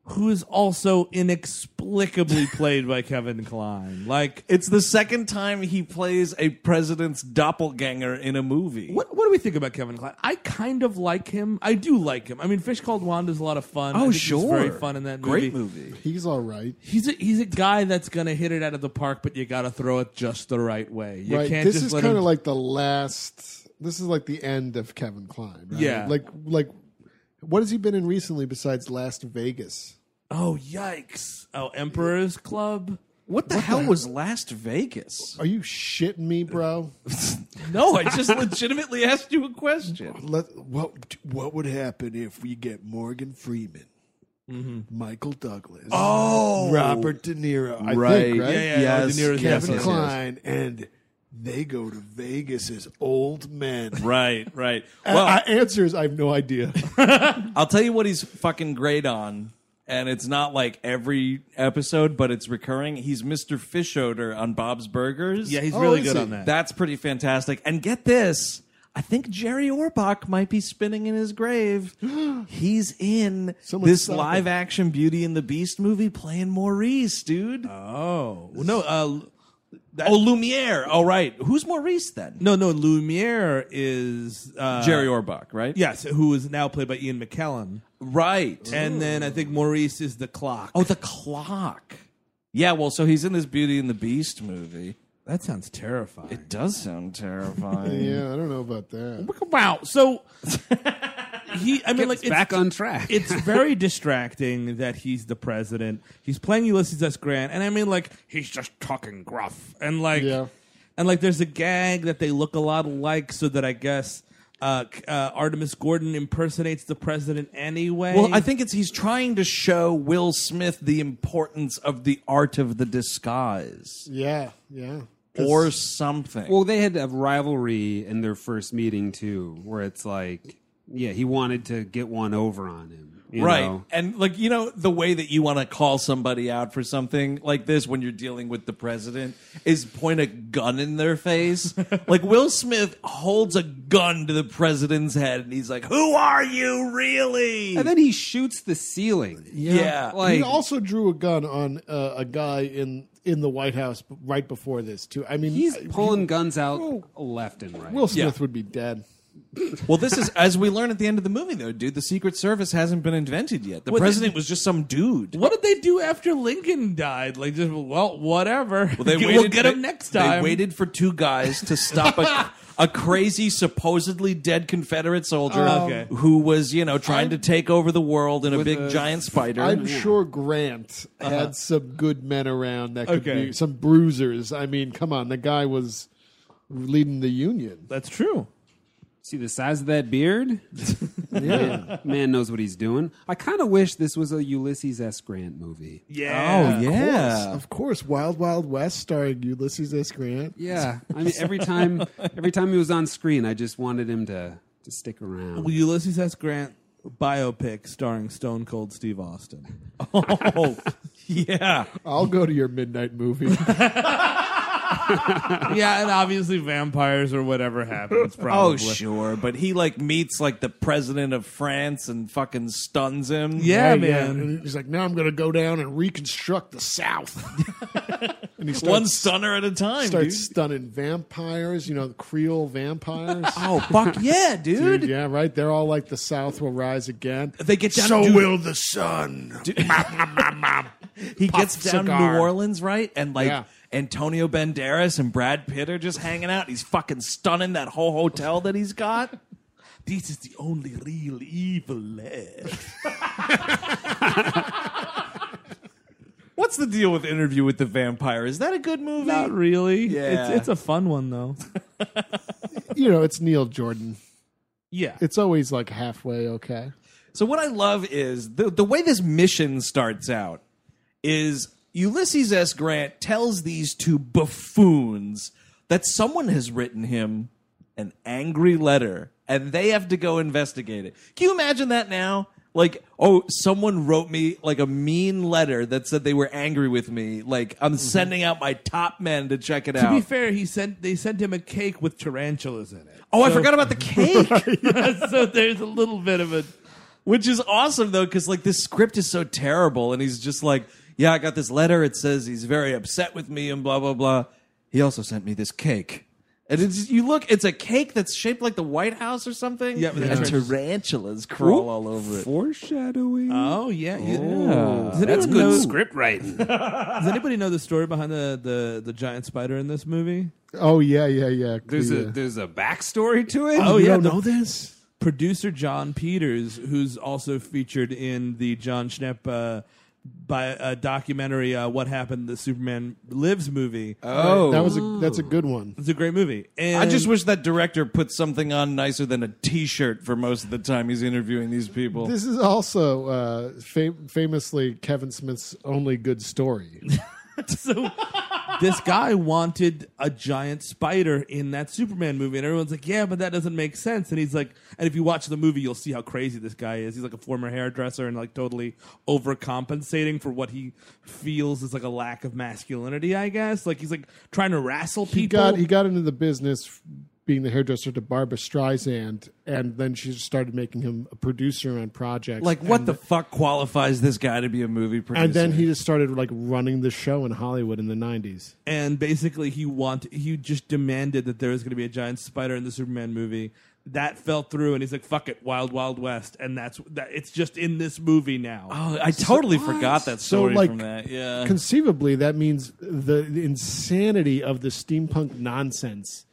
who is also inexplicably <laughs> played by Kevin Kline. Like, It's the second time he plays a president's doppelganger in a movie. what what do we think about Kevin Kline? I kind of like him. I do like him. I mean, Fish Called Wanda's a lot of fun. I Oh, think he's sure, very fun in that Great movie. He's all right. He's a, he's a guy that's gonna hit it out of the park, but you gotta throw it just the right way. You right. can't This just is let kind him of like the last. This is like the end of Kevin Klein. Right? Yeah. Like, like, what has he been in recently besides Last Vegas? Oh yikes! Oh, Emperor's Club. What the hell was Last Vegas? Are you shitting me, bro? No, <laughs> I just legitimately asked you a question. Let, what What would happen if we get Morgan Freeman, Michael Douglas, Mm-hmm. Oh, Robert De Niro? I Right. Think, right? Yeah, yeah, Yes, De Niro's yes, Kevin yes, yes. Klein, and they go to Vegas as old men. <laughs> Right, right. Well, Well, I, answer is I have no <laughs> idea. I'll tell you what he's fucking great on, and it's not like every episode, but it's recurring. He's Mr. Fishoder on Bob's Burgers. Yeah, he's Oh, really is good he? on that. that's pretty fantastic. And get this, I think Jerry Orbach might be spinning in <gasps> his grave. he's in Someone this stop him. live action Beauty and the Beast movie playing Maurice, dude. Uh, oh Well, no, uh, oh, Lumiere. All right, who's Maurice then? no, no. Lumiere is uh, Jerry Orbach, right? Yes, who is now played by Ian McKellen, right. Uh, and then I think Maurice is the clock. Oh, the clock. Yeah, well, so he's in this Beauty and the Beast movie. that sounds terrifying. It does sound terrifying. yeah, I don't know about that. Wow. So he, I mean, like It's back it's, on track. <laughs> it's <laughs> very distracting that he's the president. He's playing Ulysses S. Grant, and I mean, like he's just talking gruff and like. Yeah. And like, there's a gag that they look a lot alike, so that I guess uh, c- uh, Artemis Gordon impersonates the president anyway. <laughs> Well, I think it's he's trying to show Will Smith the importance of the art of the disguise Yeah, yeah. or something. Well, they had a rivalry in their first meeting too, where it's like, yeah, he wanted to get one over on him, you right. know? And like you know the way that you want to call somebody out for something like this when you're dealing with the president is point a gun in their <laughs> face. like Will Smith holds a gun to the president's head and he's like, "Who are you really?" And then he shoots the ceiling. yeah. Like, he also drew a gun on uh, a guy in in the White House b- right before this too. I mean, he's I- pulling guns out Oh. left and right. Will Smith Yeah. would be dead. Well, this is as we learn at the end of the movie, though, dude. The Secret Service hasn't been invented yet. The Well, they- president was just some dude. What did they do after Lincoln died? Like, just well, whatever. Well, they <laughs> we'll waited- get they- him next time. They waited for two guys to stop a, <laughs> a crazy, supposedly dead Confederate soldier Oh, okay. who was, you know, trying to take over the world in a big a- giant spider. I'm sure Grant Uh-huh. had some good men around that could Okay. be some bruisers. I mean, come on, the guy was leading the Union. That's true. See the size of that <laughs> beard? yeah. Man knows what he's doing. I kind of wish this was a Ulysses S. Grant movie. Yeah. Oh, yeah. Of course, Wild Wild West starring Ulysses S. Grant. Yeah. I mean, every time, every time he was on screen, I just wanted him to, to stick around. Ulysses S. Grant biopic starring Stone Cold Steve Austin. <laughs> Oh, yeah. I'll go to your midnight movie. yeah, and obviously vampires or whatever happens. Probably. Oh, sure. But he, like, meets, like, the president of France and fucking stuns him. Yeah, man. And <laughs> he's like, now I'm going to go down and reconstruct <laughs> the South. and he starts, One stunner at a time, starts dude. stunning vampires, you know, the Creole vampires. Oh, fuck yeah, dude. Dude, yeah, right. They're all like the South will rise again. They get down So to will the sun. he gets down to cigar. New Orleans, right? And like Yeah. Antonio Banderas and Brad Pitt are just hanging out. He's fucking stunning that whole hotel that he's got. <laughs> this is the only real evil left. <laughs> What's the deal with Interview with the Vampire? Is that a good movie? Not really. Yeah. It's, it's a fun one, though. You know, it's Neil Jordan. Yeah. It's always like halfway okay. So what I love is the the way this mission starts out is Ulysses S. Grant tells these two buffoons that someone has written him an angry letter and they have to go investigate it. Can you imagine that now? Like, oh, someone wrote me like a mean letter that said they were angry with me. Like, I'm sending out my top men to check it Mm-hmm. to out. be fair, he sent they sent him a cake with tarantulas in it. oh, I forgot <laughs> about the cake. so there's a little bit of a Which is awesome though, because like this script is so terrible, and he's just like, "Yeah, I got this letter. It says he's very upset with me, and blah blah blah." He also sent me this cake, and it's you look, it's a cake that's shaped like the White House or something. Yeah, but and that's tarantulas crawl all over it. Foreshadowing. oh yeah. you- Does anyone good know- Script writing. Does anybody know the story behind the, the, the giant spider in this movie? Oh, yeah, yeah, yeah. There's The, a uh, there's a backstory to it. Oh, you yeah, don't the- know this? Producer John Peters, who's also featured in the John Schnepp uh, by uh, documentary uh, "What Happened: The Superman Lives" movie. Oh, That was a, that's a good one. It's a great movie. And I just wish that director put something on nicer than a T-shirt for most of the time he's interviewing these people. This is also uh, fam- famously Kevin Smith's only good story. so this guy wanted a giant spider in that Superman movie, and everyone's like, "Yeah, but that doesn't make sense." And he's like, "And if you watch the movie, you'll see how crazy this guy is. He's like a former hairdresser and like totally overcompensating for what he feels is like a lack of masculinity. I guess like he's like trying to wrestle people. He got he got into the business f- being the hairdresser to Barbara Streisand, and then she started making him a producer on projects. like, what and, the fuck qualifies this guy to be a movie producer? And then he just started like running the show in Hollywood in the '90s. and basically he want he just demanded that there was going to be a giant spider in the Superman movie. That fell through, and he's like, "Fuck it, Wild Wild West," and that's that. It's just in this movie now. Oh, I totally forgot that So, story like, from that. Yeah. conceivably, that means the, the insanity of the steampunk nonsense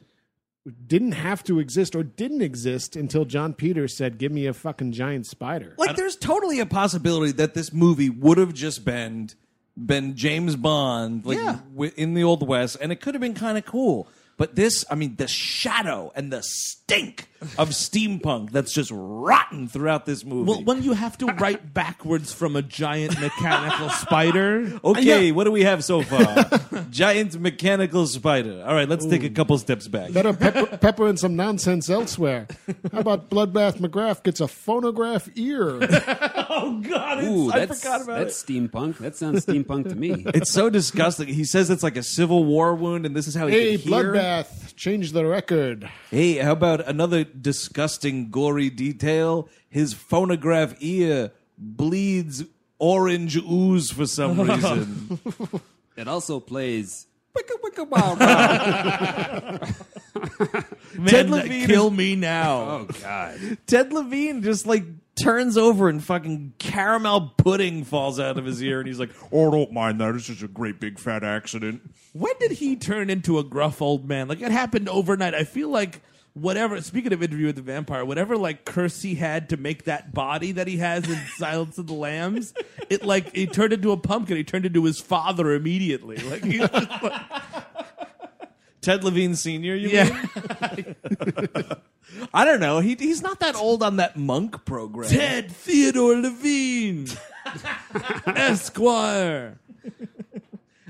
didn't have to exist or didn't exist until John Peters said, "Give me a fucking giant spider." Like, there's totally a possibility that this movie would have just been been James Bond, like Yeah. wi- in the old west, and it could have been kind of cool. But this, I mean, the shadow and the stink <laughs> of steampunk that's just rotten throughout this movie. Well, when you have to write backwards from a giant mechanical spider. okay, what do we have so <laughs> far? Giant mechanical spider. All right, let's take a couple steps back. Better pepper, pepper in some nonsense elsewhere. How about Bloodbath McGrath gets a phonograph ear? Ooh, that's, that's steampunk. That sounds steampunk to <laughs> me. It's so disgusting. He says it's like a Civil War wound, and this is how he Hey, can hear. Bloodbath, change the record. Hey, how about another disgusting, gory detail? His phonograph ear bleeds orange ooze for <laughs> some reason. It also plays. Wicka wicka wow wow. Ted Man, Levine kill <laughs> me now. Oh God! Ted Levine just like turns over and fucking caramel pudding falls out of his ear, and he's like, "Oh, don't mind that. It's just a great big fat accident." When did he turn into a gruff old man? Like it happened overnight. I feel like whatever. Speaking of interview with the vampire, whatever like curse he had to make that body that he has in Silence of the Lambs, it like he turned into a pumpkin. He turned into his father immediately. Like, he, Ted Levine Senior, you mean? <laughs> yeah, I don't know. He, he's not that old on that monk program. Ted Theodore <laughs> Levine, Esquire.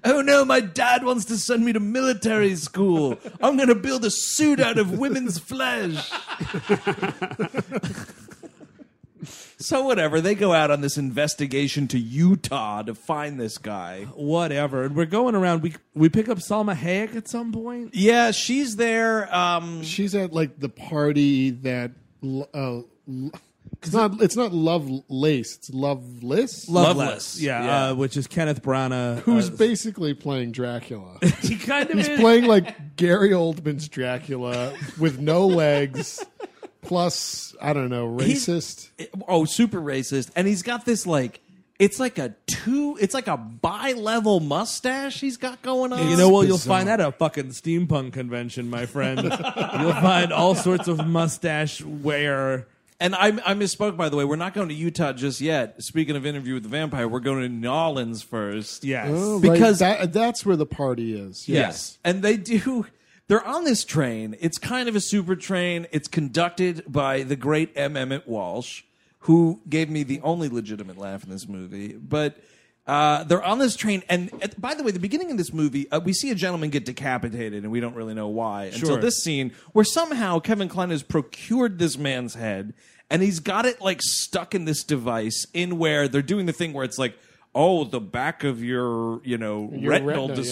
Oh no, my dad wants to send me to military school. I'm going to build a suit out of women's flesh. <laughs> so, whatever, they go out on this investigation to Utah to find this guy. Whatever. And we're going around. We we pick up Salma Hayek at some point. Yeah, she's there. Um, She's at like the party that. l- Uh, l- it's not. It's not love lace. It's loveless. Loveless. Yeah, Yeah. Uh, which is Kenneth Branagh. Who's uh, basically playing Dracula? he kind of is. He's playing like Gary Oldman's Dracula with no legs, plus I don't know, He's- racist. oh, super racist. And he's got this like. It's like a two. It's like a bi-level mustache he's got going on. You know what? You'll find that at a fucking steampunk convention, my friend. you'll find all sorts of mustache wear. And I, I misspoke, by the way. We're not going to Utah just yet. Speaking of interview with the vampire, we're going to New Orleans first. Yes. Oh, Because- that, that's where the party is. Yeah. Yes. And they do. They're on this train. It's kind of a super train. It's conducted by the great M. Emmett Walsh, who gave me the only legitimate laugh in this movie. But uh, they're on this train. And at, by the way, the beginning of this movie, uh, we see a gentleman get decapitated, and we don't really know why until this scene where somehow Kevin Klein has procured this man's head, and he's got it like stuck in this device in where they're doing the thing where it's like, oh, the back of your, you know, retinal retina, yeah. display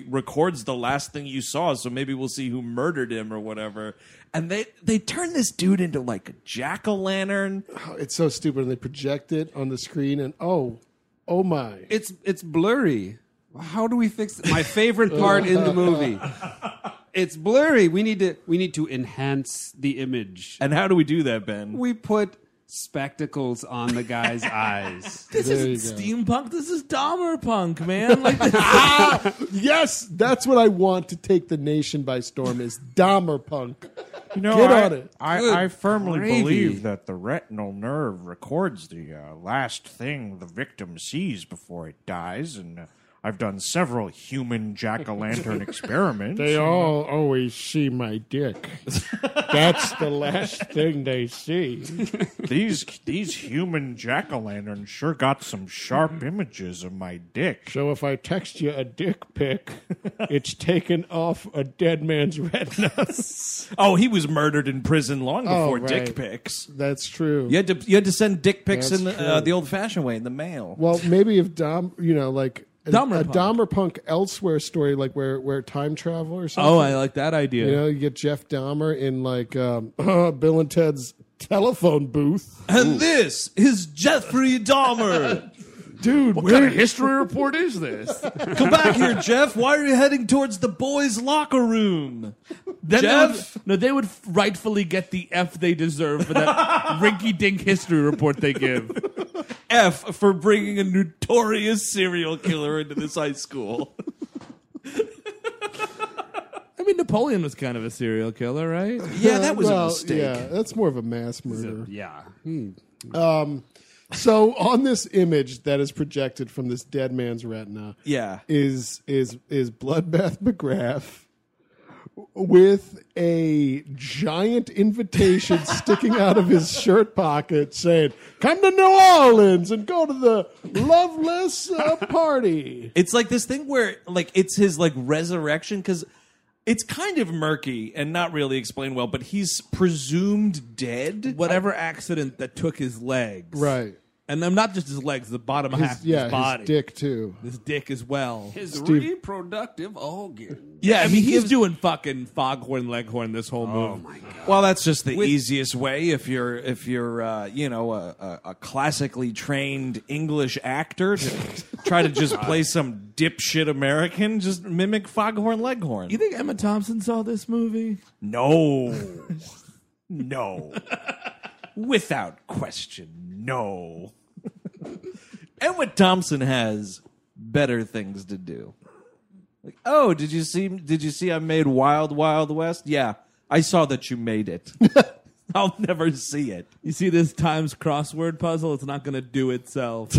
display records the last thing you saw, so maybe we'll see who murdered him or whatever. And they they turn this dude into like a jack o' lantern. Oh, It's so stupid. And they project it on the screen, and oh, oh my. It's it's blurry. How do we fix it? my favorite part in the movie? It's blurry. We need to we need to enhance the image. And how do we do that, Ben? We put spectacles on the guy's eyes. this There isn't you steampunk. This is Dahmer punk, man. Like <laughs> this- Yes, that's what I want to take the nation by storm is Dahmer punk. You know, Get I, on it. I, I firmly gravy. believe that the retinal nerve records the uh, last thing the victim sees before it dies, and uh, I've done several human jack o' <laughs> lantern experiments. They all always see my dick. That's the last thing they see. These these human jack o' lanterns sure got some Mm-hmm. sharp images of my dick. So if I text you a dick pic, it's taken off a dead man's <laughs> retina. Oh, he was murdered in prison long Oh. before dick right. pics. That's true. You had to you had to send dick pics That's in the, uh, true. the old fashioned way in the mail. Well, maybe if Dom, you know, like a, Dahmer a punk. Dahmer punk elsewhere story, like where where time travel or something. oh, I like that idea. You know, you get Jeff Dahmer in like um, <laughs> Bill and Ted's telephone booth. and this is Jeffrey Dahmer. Dude, What kind of history report is this? Come back here, Jeff. Why are you heading towards the boys' locker room? Then they Jeff? would- no, they would rightfully get the F they deserve for <laughs> that rinky-dink history report they give. F for bringing a notorious serial killer into this high school. I mean, Napoleon was kind of a serial killer, right? Yeah, that was well, a mistake. Yeah, that's more of a mass murder. yeah. So on this image that is projected from this dead man's retina, Yeah. is is is Bloodbath McGrath with a giant <laughs> invitation sticking out of his shirt pocket saying, Come to New Orleans and go to the Loveless uh, <laughs> party. <laughs> It's like this thing where like it's his like resurrection because it's kind of murky and not really explained well, but he's presumed dead. Whatever accident that took his legs, Right. And I'm not just his legs, the bottom half His, of yeah, his body, his dick, too. his dick as well. His reproductive organ. Yeah, I mean Oh he's doing fucking foghorn leghorn this whole movie. Well, that's just the easiest way if you're if you're uh, you know a, a, a classically trained English actor to try to just play some dipshit American, just mimic Foghorn Leghorn. You think Emma Thompson saw this movie? No. no. Without question, no. Emma Thompson has better things to do. Like, oh, did you see did you see I made Wild Wild West? Yeah. I saw that you made <laughs> it. I'll never see it. You see this Times crossword puzzle? It's not going to do itself.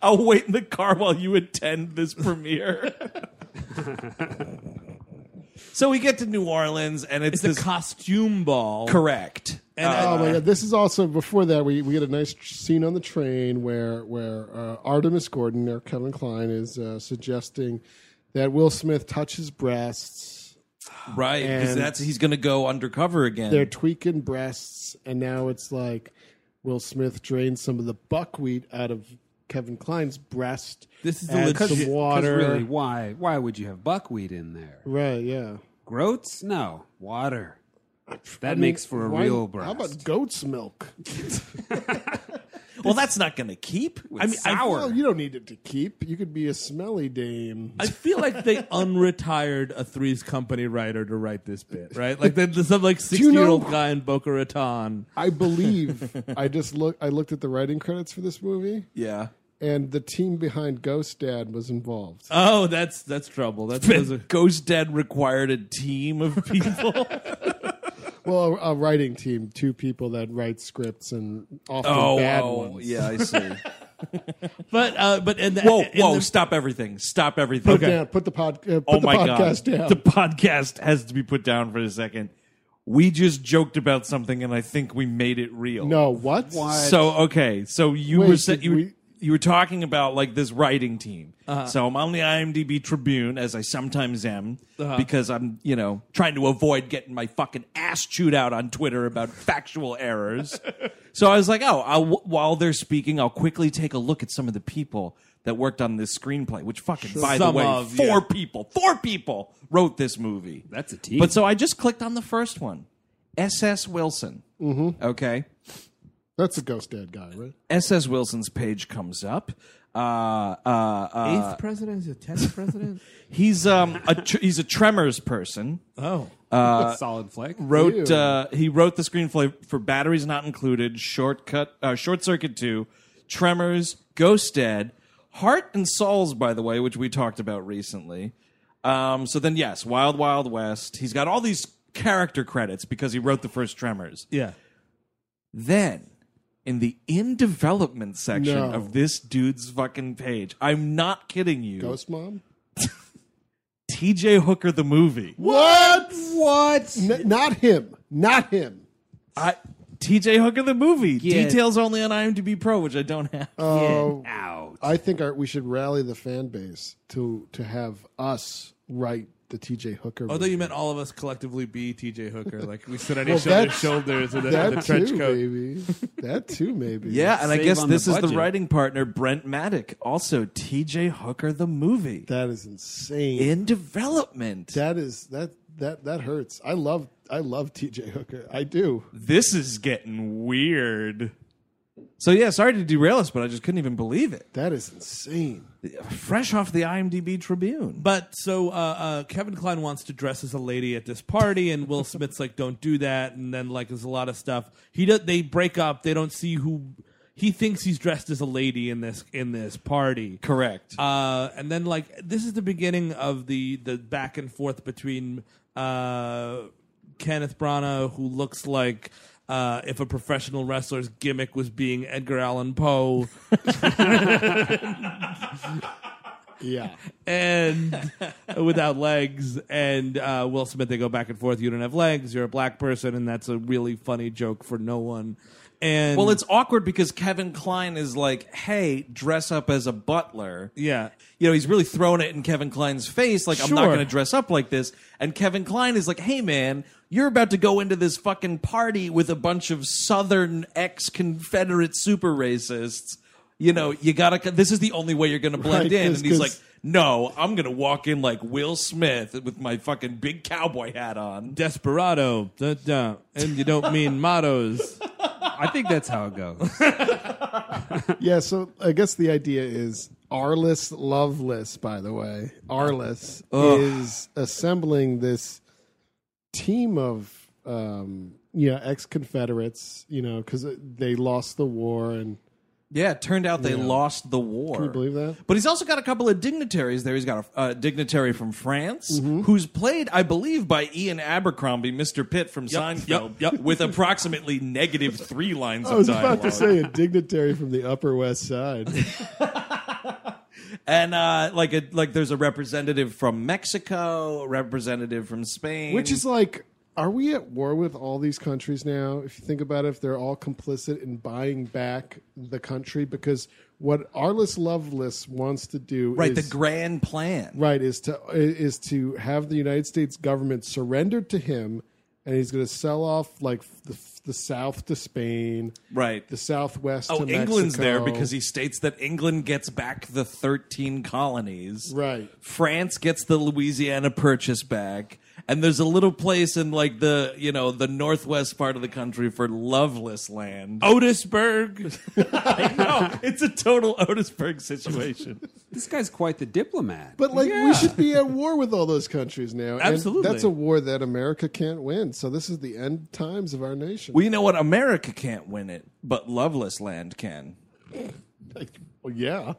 I'll wait in the car while you attend this <laughs> premiere. so we get to New Orleans and it's, <laughs> It's a this costume ball. correct. Um, And, Oh my god! This is also before that we, we get a nice tr- scene on the train where where uh, Artemis Gordon or Kevin Klein is uh, suggesting that Will Smith touch his breasts. Right, because And- that's he's going to go undercover again. They're tweaking breasts, and now it's like Will Smith drains some of the buckwheat out of Kevin Klein's breast. This is the add legit- some 'cause water. Really, why? Why would you have buckwheat in there? Right? Yeah. Groats? No, water. That makes for a Why- real breast. How about goat's milk? well, that's not going to keep. I mean, sour? Well, you don't need it to keep. You could be a smelly dame. I feel like <laughs> they unretired a Three's Company writer to write this bit, right? Like they, there's some like sixty year old know- guy in Boca Raton. I believe I just look. I looked at the writing credits for this movie. Yeah, and the team behind Ghost Dad was involved. Uh, Oh, that's that's trouble. That's, those are- Ghost Dad required a team <laughs> of people. Well, a, a writing team, two people that write scripts and often bad ones. Oh, yeah, I see. <laughs> but uh, but and the, whoa, in whoa! the- stop everything! Stop everything! Put down, put the pod, uh, put Oh the my podcast god! down. The podcast has to be put down for a second. We just joked about something, and I think we made it real. no, what? So okay, so you Wait, were sa- did you, we- you were talking about like this writing team. So I'm on the IMDb Tribune as I sometimes am because I'm you know trying to avoid getting my fucking ass chewed out on Twitter about factual errors. So I was like, oh, I'll, while they're speaking, I'll quickly take a look at some of the people that worked on this screenplay. Which fucking, by Some the way, of, four yeah. people, four people wrote this movie. That's a team. But so I just clicked on the first one, S.S. Wilson. Mm-hmm. Okay. That's a Ghost Dad guy, right? SS Wilson's page comes up. Uh, uh, uh, eighth president is the tenth president. he's um a tr- he's a Tremors person. Oh, Uh, solid flake. Wrote uh, he wrote the screenplay for Batteries Not Included, Shortcut, uh, Short Circuit Two, Tremors, Ghost Dad, Heart and Souls, by the way, which we talked about recently. Um, so then yes, Wild Wild West. He's got all these character credits because he wrote the first Tremors. yeah. Then, in the in development section No. of this dude's fucking page, I'm not kidding you. Ghost Mom? TJ Hooker the movie. What? What? N- not him. Not him. I, TJ Hooker the movie. Details only on IMDb Pro, which I don't have. Oh, Out. I think our, we should rally the fan base to to have us write the TJ Hooker. Oh, Although movie. you meant all of us collectively be T.J. Hooker, like we sit on each other's that's- shoulders in the, in the that trench too, coat. maybe. That too, <laughs> maybe. yeah, and I Save guess on this the is the budget. writing partner, Brent Maddock, also TJ Hooker the movie. that is insane. in development. That is that that that hurts. I love I love <laughs> TJ Hooker. I do. This is getting weird. So, yeah, sorry to derail us, but I just couldn't even believe it. That is insane. Fresh off the IMDb Tribune. <laughs> But so uh, uh, Kevin Klein wants to dress as a lady at this party, and Will Smith's like, "Don't do that." And then like, there's a lot of stuff. He do- they break up. They don't see who he thinks he's dressed as a lady in this in this party. Correct. Uh, and then like, this is the beginning of the the back and forth between uh, Kenneth Branagh, who looks like. Uh, if a professional wrestler's gimmick was being Edgar Allan Poe, Yeah. and <laughs> without legs. And uh, Will Smith, they go back and forth. You don't have legs. You're a black person, and that's a really funny joke for no one. And Mm. Well, it's awkward because Kevin Klein is like, "Hey, dress up as a butler." yeah. You know, he's really throwing it in Kevin Klein's face, like, "I'm not Sure. going to dress up like this." And Kevin Klein is like, "Hey, man, you're about to go into this fucking party with a bunch of Southern ex-Confederate super racists. You know, you gotta. This is the only way you're going to blend Right, in." 'cause- And he's 'cause- like, "No, I'm going to walk in like Will Smith with my fucking big cowboy hat on." Desperado, da, da, and you don't mean mottos. <laughs> I think that's how it goes. Yeah, so I guess the idea is Arliss Loveless, by the way. Arliss is assembling this team of um you know, ex-Confederates, you know, cuz they lost the war and Yeah, it turned out they lost the war. you believe that? But he's also got a couple of dignitaries there. He's got a uh, dignitary from France Mm-hmm. who's played, I believe, by Ian Abercrombie, Mr. Pitt from Seinfeld, <laughs> with approximately negative three lines I of was dialogue. about to say a dignitary from the Upper West Side. And uh, like, a, like, there's a representative from Mexico, a representative from Spain, Which is like, are we at war with all these countries now? If you think about it, if they're all complicit in buying back the country, because what Arliss Loveless wants to do right is the grand plan. right is to is to have the United States government surrendered to him, and he's going to sell off like the, the South to Spain, Right. The Southwest. Oh, to England's Mexico. there because he states that England gets back the 13 colonies. Right. France gets the Louisiana Purchase back. And there's a little place in like the, you know, the northwest part of the country for Loveless Land. Otisburg. no, it's a total Otisburg situation. This guy's quite the diplomat. But like we should be at war with all those countries now. And Absolutely. that's a war that America can't win. So this is the end times of our nation. well, you know what? America can't win it, but Loveless Land can. Well, <laughs> yeah,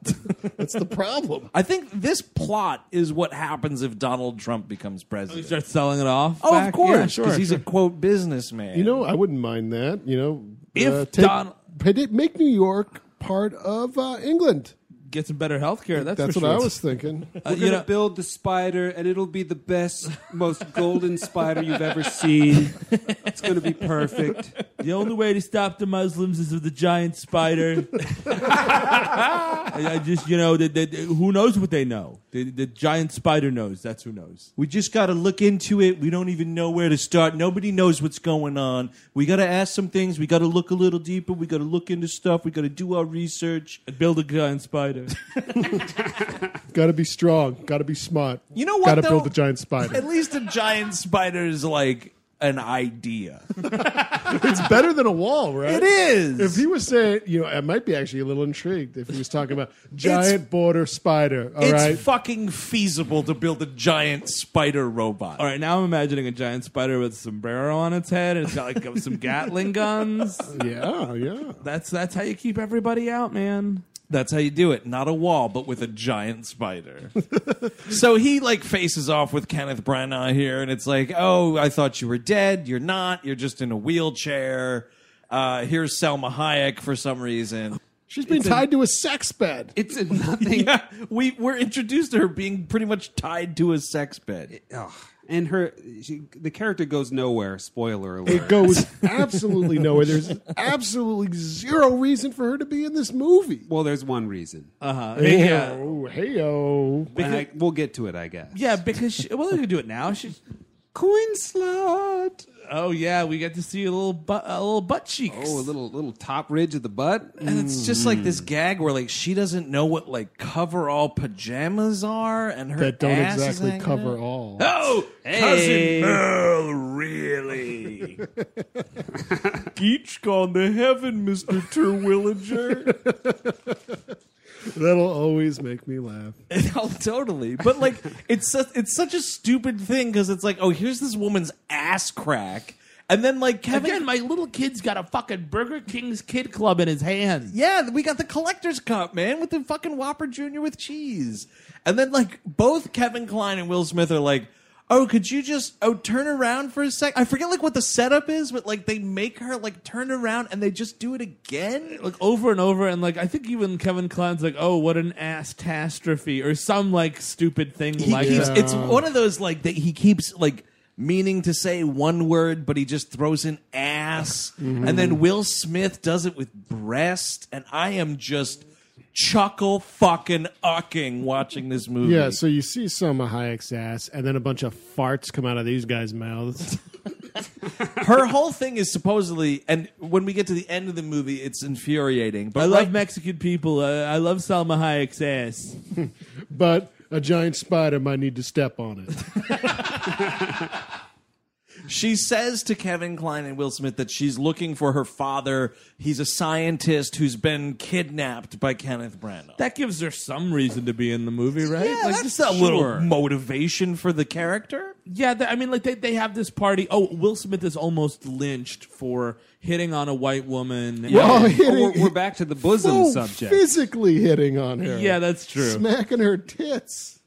that's the problem. I think this plot is what happens if Donald Trump becomes You president. start selling it off. Oh, back? of course, Yeah, because sure. he's sure. a quote businessman. You know, I wouldn't mind that. You know, If uh, take, Don- but it- make New York part of uh, England. get some better health care. That's, That's for what I sure. was thinking. Uh, We're you gonna know, build the spider, and it'll be the best, most golden spider you've ever seen. It's gonna be perfect. the only way to stop the Muslims is with the giant <laughs> spider. I, I just, you know, the, the, the- who knows what they know? The, the giant spider knows. That's who knows. We just got to look into it. We don't even know where to start. Nobody knows what's going on. We got to ask some things. We got to look a little deeper. We got to look into stuff. We got to do our research. Build a giant spider. Got to be strong. Got to be smart. You know what? Got to though? build a giant spider. At least a giant spider is like an idea. it's better than a wall, right? It is. If he was saying, you know, I might be actually a little intrigued if he was talking about giant border spider. All it's right, fucking feasible to build a giant spider robot. All right, now I'm imagining a giant spider with a sombrero on its head, and it's got like some <laughs> Gatling guns. yeah, yeah. That's that's how you keep everybody out, man. That's how you do it. Not a wall, but with a giant <laughs> spider. so he like faces off with Kenneth Branagh here, and it's like, oh, I thought you were dead. You're not. You're just in a wheelchair. Uh, here's Selma Hayek for some <laughs> reason. She's been tied to a sex bed. It's <laughs> a nothing. Yeah, we were introduced to her being pretty much tied to a sex bed. Ugh. And her, she, the character goes nowhere. Spoiler alert. <laughs> It goes absolutely nowhere. There's absolutely zero reason for her to be in this movie. well, there's one reason. Uh, Yeah, Oh, hey-o. And I- we'll get to it, I guess. yeah, because she, well, we can do it now. She, Coin slot. oh yeah, we get to see a little butt, a little butt cheeks. Oh, a little little top ridge of the butt. And it's just like Hmm. this gag where like she doesn't know what like coverall pajamas are, and her That don't ass is exactly hanging cover out. all. Oh, cousin Merle, <laughs> really? Geach gone to heaven, Mister Terwilliger. That'll always make me laugh. <laughs> oh, totally. But like, it's such, it's such a stupid thing because it's like, oh, here's this woman's ass crack, and then like Kevin. Again, my little kid's got a fucking Burger King's Kid Club in his hand. yeah, we got the collector's cup, man, with the fucking Whopper Jr. with cheese. And then, like, both Kevin Klein and Will Smith are like, oh, could you just oh turn around for a sec? I forget like what the setup is, but like they make her like turn around and they just do it again. like over and over and like I think even Kevin Klein's like, oh, what an ass catastrophe or some like stupid thing He like keeps, that. it's one of those like that he keeps like meaning to say one word, but he just throws in ass, Mm-hmm. and then Will Smith does it with breast, and I am just chuckle fucking ucking watching this movie. Yeah, so you see Selma Hayek's ass, and then a bunch of farts come out of these guys' mouths. her whole thing is supposedly, and when we get to the end of the movie, it's infuriating. But <laughs> I right- love Mexican people. Uh, I love Salma Hayek's ass. <laughs> but a giant spider might need to step on it. She says to Kevin Klein and Will Smith that she's looking for her father. He's a scientist who's been kidnapped by Kenneth Branagh. That gives her some reason to be in the movie, right? yeah, like, that's a little motivation for the character. yeah. They, I mean, like they, they have this party. Oh, Will Smith is almost lynched for hitting on a white woman. Oh, Well, And- Oh, hitting, we're, we're back to the bosom full subject. physically hitting on her. yeah, that's true. smacking her tits.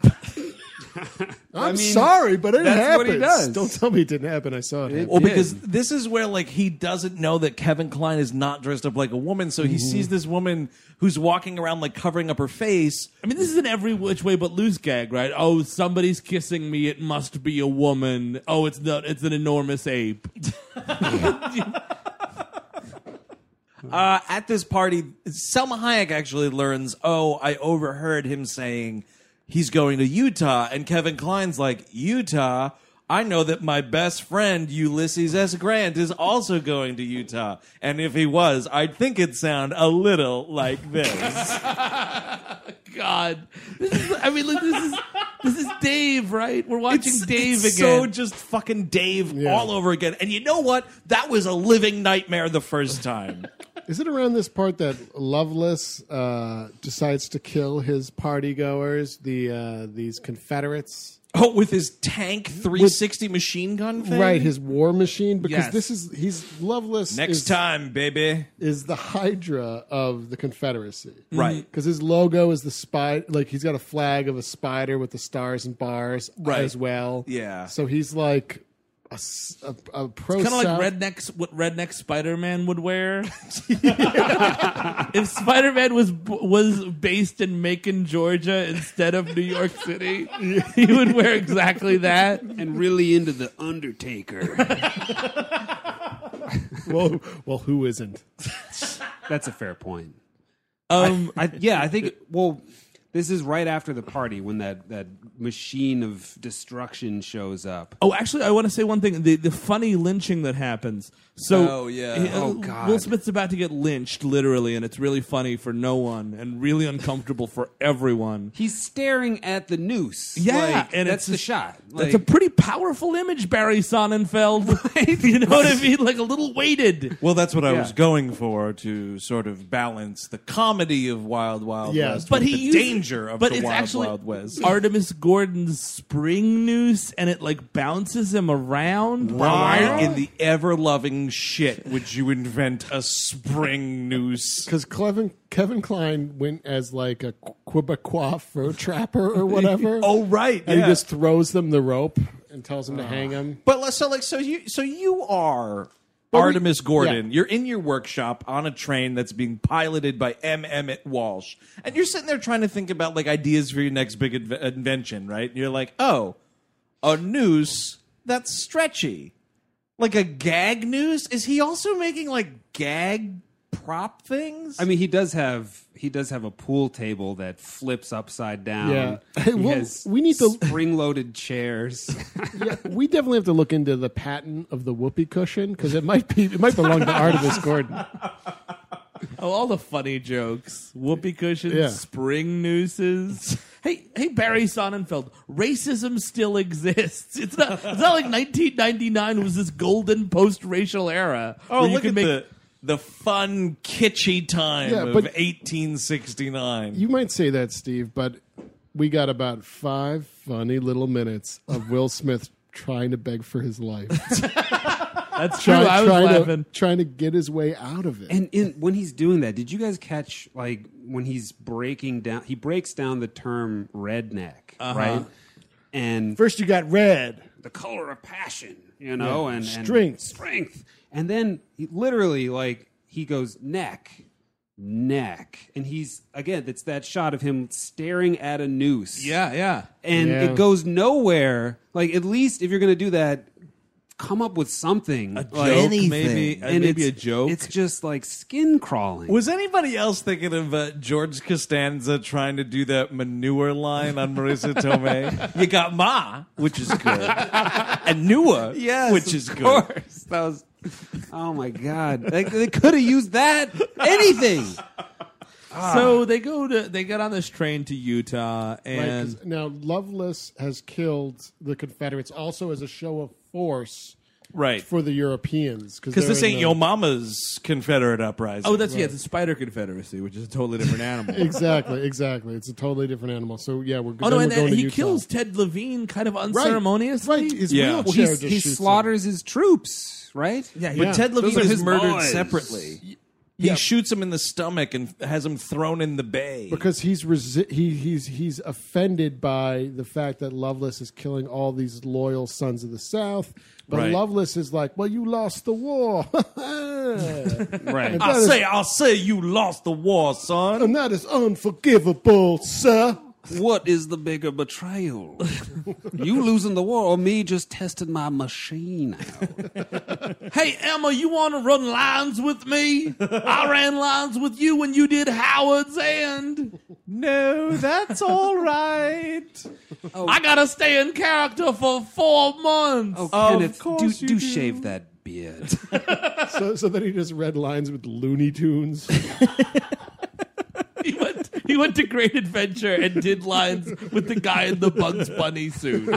I'm sorry, but it that's happens. what he does. <laughs> Don't tell me it didn't happen. I saw it. happen. Well, because this is where like he doesn't know that Kevin Klein is not dressed up like a woman, so he sees this woman who's walking around like covering up her face. I mean, this is an every which way but loose gag, right? Oh, somebody's kissing me. It must be a woman. Oh, it's not. It's an enormous ape. <laughs> Uh, at this party, Selma Hayek actually learns, oh, I overheard him saying he's going to Utah. And Kevin Klein's like, Utah? I know that my best friend, Ulysses S. Grant, is also going to Utah. And if he was, I'd think it'd sound a little like this. God, this is. I mean, look, this is this is Dave, right? We're watching Dave it's So again. just fucking Dave all over again. And you know what? That was a living nightmare the first time. Is it around this part that Lovelace uh, decides to kill his party goers, the uh, these Confederates? oh, with his tank 360 machine gun thing? Right, his war machine. Because Yes. this is he's Lovelace. Next is, time, baby. is the Hydra of the Confederacy. Right. Because his logo is the spider, like he's got a flag of a spider with the stars and bars Right. as well. Yeah. So he's like a, s- a, a pro Kind of like South- rednecks, what redneck Spider Man would wear. <laughs> if Spider Man was was based in Macon, Georgia, instead of New York City, he would wear exactly that. and really into the <laughs> Undertaker. Well, well, who isn't? <laughs> That's a fair point. Um, I, yeah, I think. Well, this is right after the party when that that machine of destruction shows up. Oh, actually, I want to say one thing: the the funny lynching that happens. So, Oh, yeah. he- uh, Oh, God. Will Smith's about to get lynched, literally, and it's really funny for no one and really uncomfortable for everyone. He's staring at the noose. Yeah, Like, and that's it's the just- shot. Like, That's a pretty powerful image, Barry Sonnenfeld. <laughs> you know what I mean? Like a little weighted. Well, that's what I was going for to sort of balance the comedy of Wild Wild Yeah, West, But with he the uses- danger of but the it's Wild actually Wild West. Artemis Gordon's spring noose, and it like bounces him around. Why in the ever loving shit would you invent a spring <laughs> noose? Because Kevin, Kevin Klein went as like a Qu- Quebecois fur trapper <laughs> or whatever. Oh right, And yeah. he just throws them the rope and tells them to hang him. But let's- so like so you so you are we- Artemis Gordon. You're in your workshop on a train that's being piloted by M. Emmett Walsh, and you're sitting there trying to think about like ideas for your next big inve- invention, right? And you're like, oh, a noose that's stretchy, like a gag noose. Is he also making like gag prop things? I mean, he does have he does have a pool table that flips upside down. Yeah. He <laughs> Well, has we need to- spring-loaded chairs. Yeah, we definitely have to look into the patent of the whoopee cushion because it might be it might belong to Artemis Gordon. Oh, all the funny jokes. Whoopee cushions, Yeah. <laughs> spring nooses. Hey, hey, Barry Sonnenfeld. Racism still exists. It's not. It's not like 1999 was this golden post-racial era. oh, where you look could at make- the the fun kitschy time Yeah, of but- 1869. You might say that, Steve, but we got about five funny little minutes of Will Smith trying to beg for his life, That's true. Try- I was trying laughing. to trying to get his way out of it. And in, when he's doing that, did you guys catch like when he's breaking down? Uh-huh. He breaks down the term redneck, right? And First, you got red. the color of passion, you know, Yeah. and, and Strength. strength. And then he, literally, like he goes neck, neck, and he's again. It's that shot of him staring at a noose. Yeah, yeah. and Yeah. it goes nowhere. Like at least if you're gonna do that, come up with something, a anything. maybe, uh, and maybe a it's- joke. It's just like skin crawling. Was anybody else thinking of uh, George Costanza trying to do that manure line on Marissa Tomei? you got Ma, which is good, and Nua, Yes, which of is good. course. That was. Oh my god! Like, they could have used that. Anything. So they go to they get on this train to Utah and 'cause now Loveless has killed the Confederates also as a show of force Right. for the Europeans Because they're this in ain't the- Yo Mama's Confederate uprising. oh that's yeah the Spider Confederacy which is a totally different animal. <laughs> Exactly, exactly. It's a totally different animal. So yeah, we're Oh no, then and, we're going and to he Utah. kills Ted Levine kind of right. unceremoniously. Right, his Yeah. Well, wheelchair he's- just he shoots him. slaughters his troops, right? Yeah, he- But Ted Levine are is his murdered boys. separately. He shoots him in the stomach and has him thrown in the bay. because he's resi- he, he's he's offended by the fact that Lovelace is killing all these loyal sons of the South, but Right. Lovelace is like, "Well, you lost the war." <laughs> Right. I say, I'll say you lost the war, son. and that is unforgivable, sir. What is the bigger betrayal? <laughs> you losing the war or me just testing my machine out? Hey Emma, you want to run lines with me? <laughs> I ran lines with you when you did Howard's End. No, that's all right. Oh. I gotta stay in character for four months. Oh, Of Kenneth, do, course you do do. shave that beard. <laughs> So, so then he just read lines with Looney Tunes. He went, he went to Great Adventure and did lines with the guy in the Bugs Bunny suit.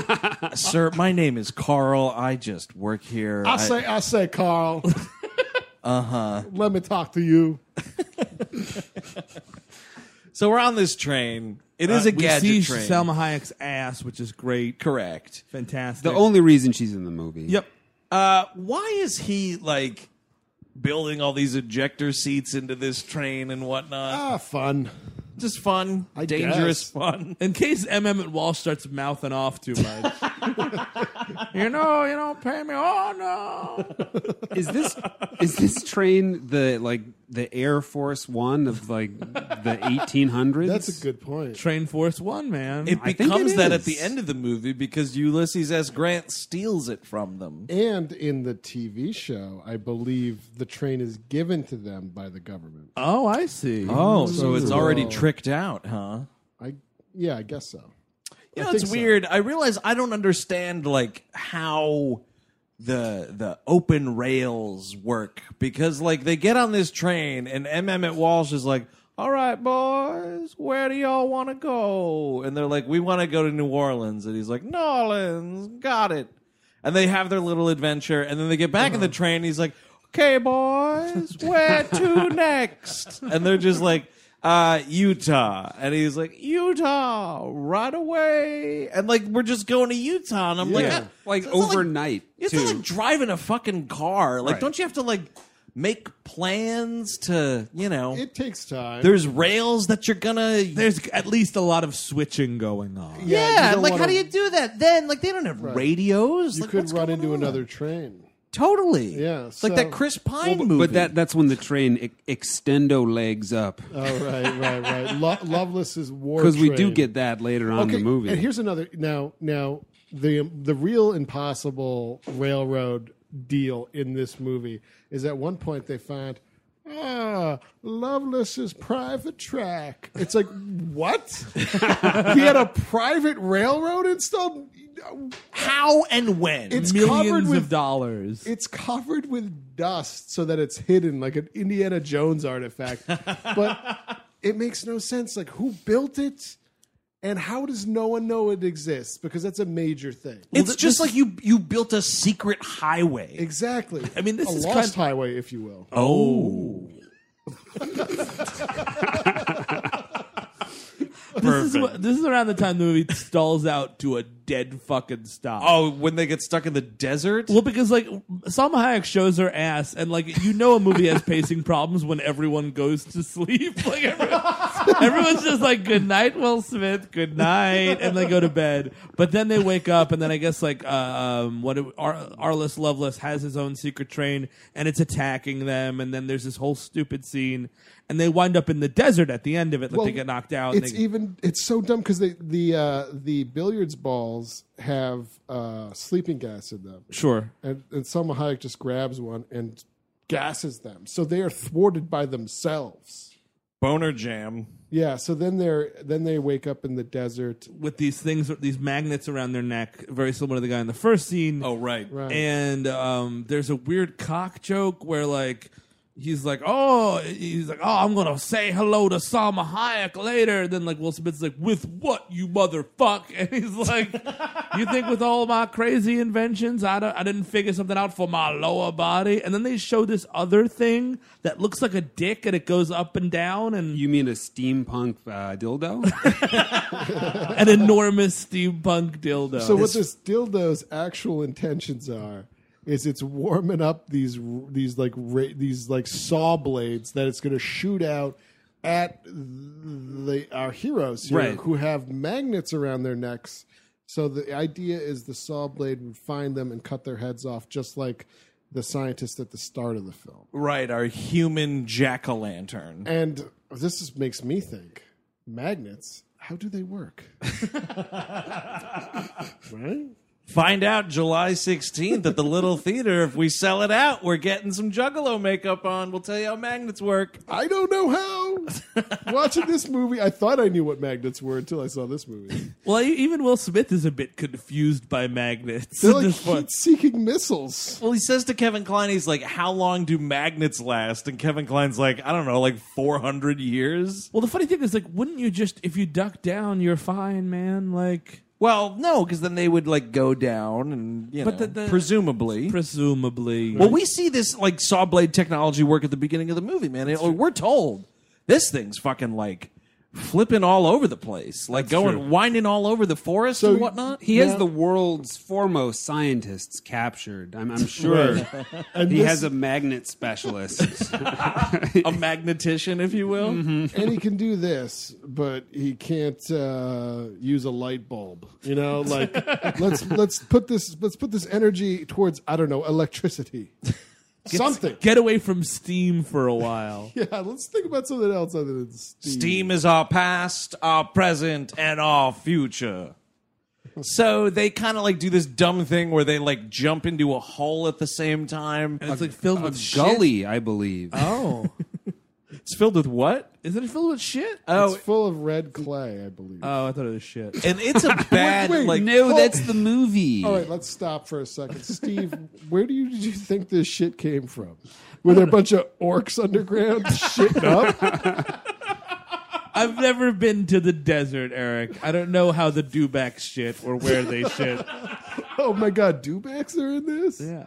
Sir, my name is Carl. I just work here. I say, I say, Carl. uh huh. Let me talk to you. so we're on this train. It is a we gadget see train. Selma Hayek's ass, which is great. Correct. Fantastic. the only reason she's in the movie. Yep. Uh, why is he like building all these ejector seats into this train and whatnot? Ah, fun. just fun, dangerous fun. In case MM at Walsh starts mouthing off too much. <laughs> you know, you don't pay me. Oh no. Is this is this train the like the Air Force One of like the 1800s? That's a good point. Train Force One, man. It I think becomes it that is. at the end of the movie because Ulysses S. Grant steals it from them. And in the TV show, I believe the train is given to them by the government. oh, I see. Oh, so it's already Wow. tricked out, huh? I yeah, I guess so. You know, it's think so. weird. I realize I don't understand like how the the open rails work because like they get on this train and MM at Walsh is like, "All right, boys, where do y'all want to go?" And they're like, "We want to go to New Orleans." And he's like, "New Orleans, got it." And they have their little adventure, and then they get back in the train. And he's like, "Okay, boys, where to next?" And they're just like, uh, "Utah," and he's like, "Utah, right away." And like, we're just going to Utah, and I'm like, Yeah. "Ah." Like It's not overnight, It's not too. like driving a fucking car. Like, Right. don't you have to like make plans to you know? It takes time. there's rails that you're gonna. There's at least a lot of switching going on. Yeah, you yeah, don't like wanna- how do you do that? Then like they don't have radios. You Like, could what's run going into on? another train. Totally. Yeah, It's like that so- Chris Pine But- movie. But that that's when the train ex- extendo legs up Oh right, right, right. Lo- Lovelace's war because we do train. get that later on in the movie. And here's another now now the the real impossible railroad deal in this movie is at one point they find ah Lovelace's private track. It's like what? he had a private railroad installed. how and when? It's covered Millions with of dollars. It's covered with dust so that it's hidden like an Indiana Jones artifact. but it makes no sense. Like, who built it? And how does no one know it exists? Because that's a major thing. it's just like you you built a secret highway. Exactly. I mean, this a is lost kind of- highway, if you will. Oh. this is what, this is around the time the movie stalls out to a dead fucking stop. Oh, when they get stuck in the desert? Well, because like Salma Hayek shows her <laughs> ass, and like you know a movie has pacing problems when everyone goes to sleep. <laughs> Like everyone, Everyone's just like, good night, Will Smith, good night. And they go to bed. But then they wake up, and then I guess, like, uh, um, what it, Ar- Arliss Loveless has his own secret train, and it's attacking them. And then there's this whole stupid scene. And they wind up in the desert at the end of it. Like, Well, they get knocked out. and It's they- even it's so dumb because the the uh, the billiards balls have uh, sleeping gas in them. Sure. and, and Selma Hayek just grabs one and gasses them, so they are thwarted by themselves. Boner jam. Yeah, so then they're then they wake up in the desert. with these things, these magnets around their neck, very similar to the guy in the first scene. Oh, right. Right. And um, there's a weird cock joke where like he's like, oh, he's like, oh, I'm gonna say hello to Salma Hayek later. And then like Will Smith's like, with what you motherfuck? <laughs> And he's like, you think with all my crazy inventions, I don't, I didn't figure something out for my lower body? And then they show this other thing that looks like a dick and it goes up and down and You mean a steampunk uh, <laughs> dildo? an enormous steampunk dildo. So what this dildo's actual intentions are is it's warming up these these like ra- these like saw blades that it's going to shoot out at the our heroes here, Right. who have magnets around their necks. So the idea is the saw blade would find them and cut their heads off, just like the scientist at the start of the film. Right, our human jack o' lantern. And this is, makes me think magnets. How do they work? right? Find out July 16th at the Little Theater. If we sell it out, we're getting some Juggalo makeup on. We'll tell you how magnets work. I don't know <laughs> how. Watching this movie, I thought I knew what magnets were until I saw this movie. Well, e- even Will Smith is a bit confused by magnets. They're at like this point. heat-seeking missiles. Well, he says to Kevin Klein, he's like, How long do magnets last? And Kevin Klein's like, I don't know, like 400 years? Well, the funny thing is, like, wouldn't you just if you duck down, you're fine, man? Like, Well, no, because then they would like go down and, you But know, the- the- presumably. presumably. Well, we see this like saw blade technology work at the beginning of the movie, man. It- we're told this thing's fucking like flipping all over the place, like going winding all over the forest and whatnot. He has the world's foremost scientists captured. I'm, I'm sure. <laughs> And He this- has a magnet <laughs> specialist. a magnetician, if you will. and he can do this, but he can't uh, use a light bulb. You know, <laughs> like let's let's put this let's put this energy towards I don't know electricity, something. get away from steam for a while. <laughs> Yeah, let's think about something else other than steam. Steam is our past, our present, and our future. So they kind of like do this dumb thing where they like jump into a hole at the same time. And it's like filled a with shit. gully, I believe. Oh, <laughs> It's filled with what? isn't it filled with shit? Oh, It's full of red clay, I believe. oh, I thought it was shit. and it's <laughs> a bad Wait, wait, like no, that's the movie. All right, let's stop for a second. Steve, where do you, did you think this shit came from? Were there a bunch of orcs <laughs> underground shitting up? I've never been to the desert, Eric. I don't know how the dewback shit or <laughs> where they shit. Oh my god, dewbacks are in this? Yeah.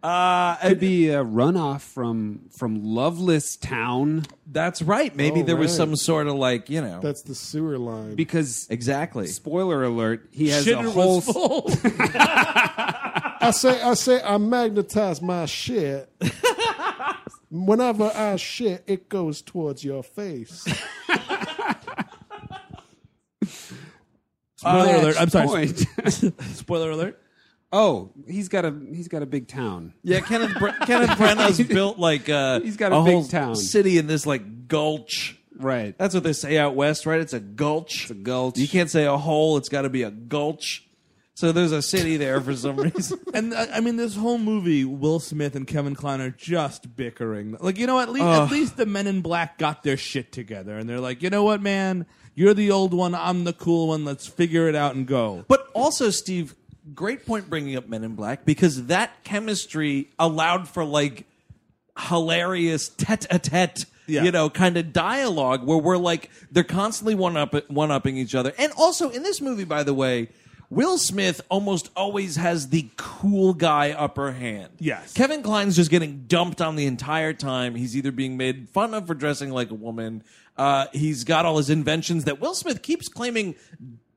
Uh, Could be a runoff from from Loveless Town That's right. Maybe Oh, there was right. some sort of like you know That's the sewer line. because. exactly. Spoiler alert! He has Shit a whole was full. I say I say I magnetize my shit. Whenever I shit, it goes towards your face. Spoiler alert. I'm sorry. point. <laughs> <laughs> Spoiler alert. oh, he's got a he's got a big town. Yeah, Kenneth Br- <laughs> <laughs> Kenneth Branagh's built like uh, He's got a big whole town. city in this like gulch. Right. That's what they say out west, right? It's a gulch. It's a gulch. You can't say a hole. It's got to be a gulch. So there's a city there <laughs> for some reason. And uh, I I mean, this whole movie, Will Smith and Kevin Kline are just bickering. Like, you know, at least at least the Men in Black got their shit together, and they're like, you know what, man, you're the old one, I'm the cool one. Let's figure it out and go. But also, Steve, great point bringing up Men in Black because that chemistry allowed for like hilarious tete-a-tete, Yeah. you know, kind of dialogue where we're like they're constantly one up one upping each other. And also in this movie, by the way. Will Smith almost always has the cool guy upper hand. Yes. Kevin Klein's just getting dumped on the entire time. He's either being made fun of for dressing like a woman. Uh, he's got all his inventions that Will Smith keeps claiming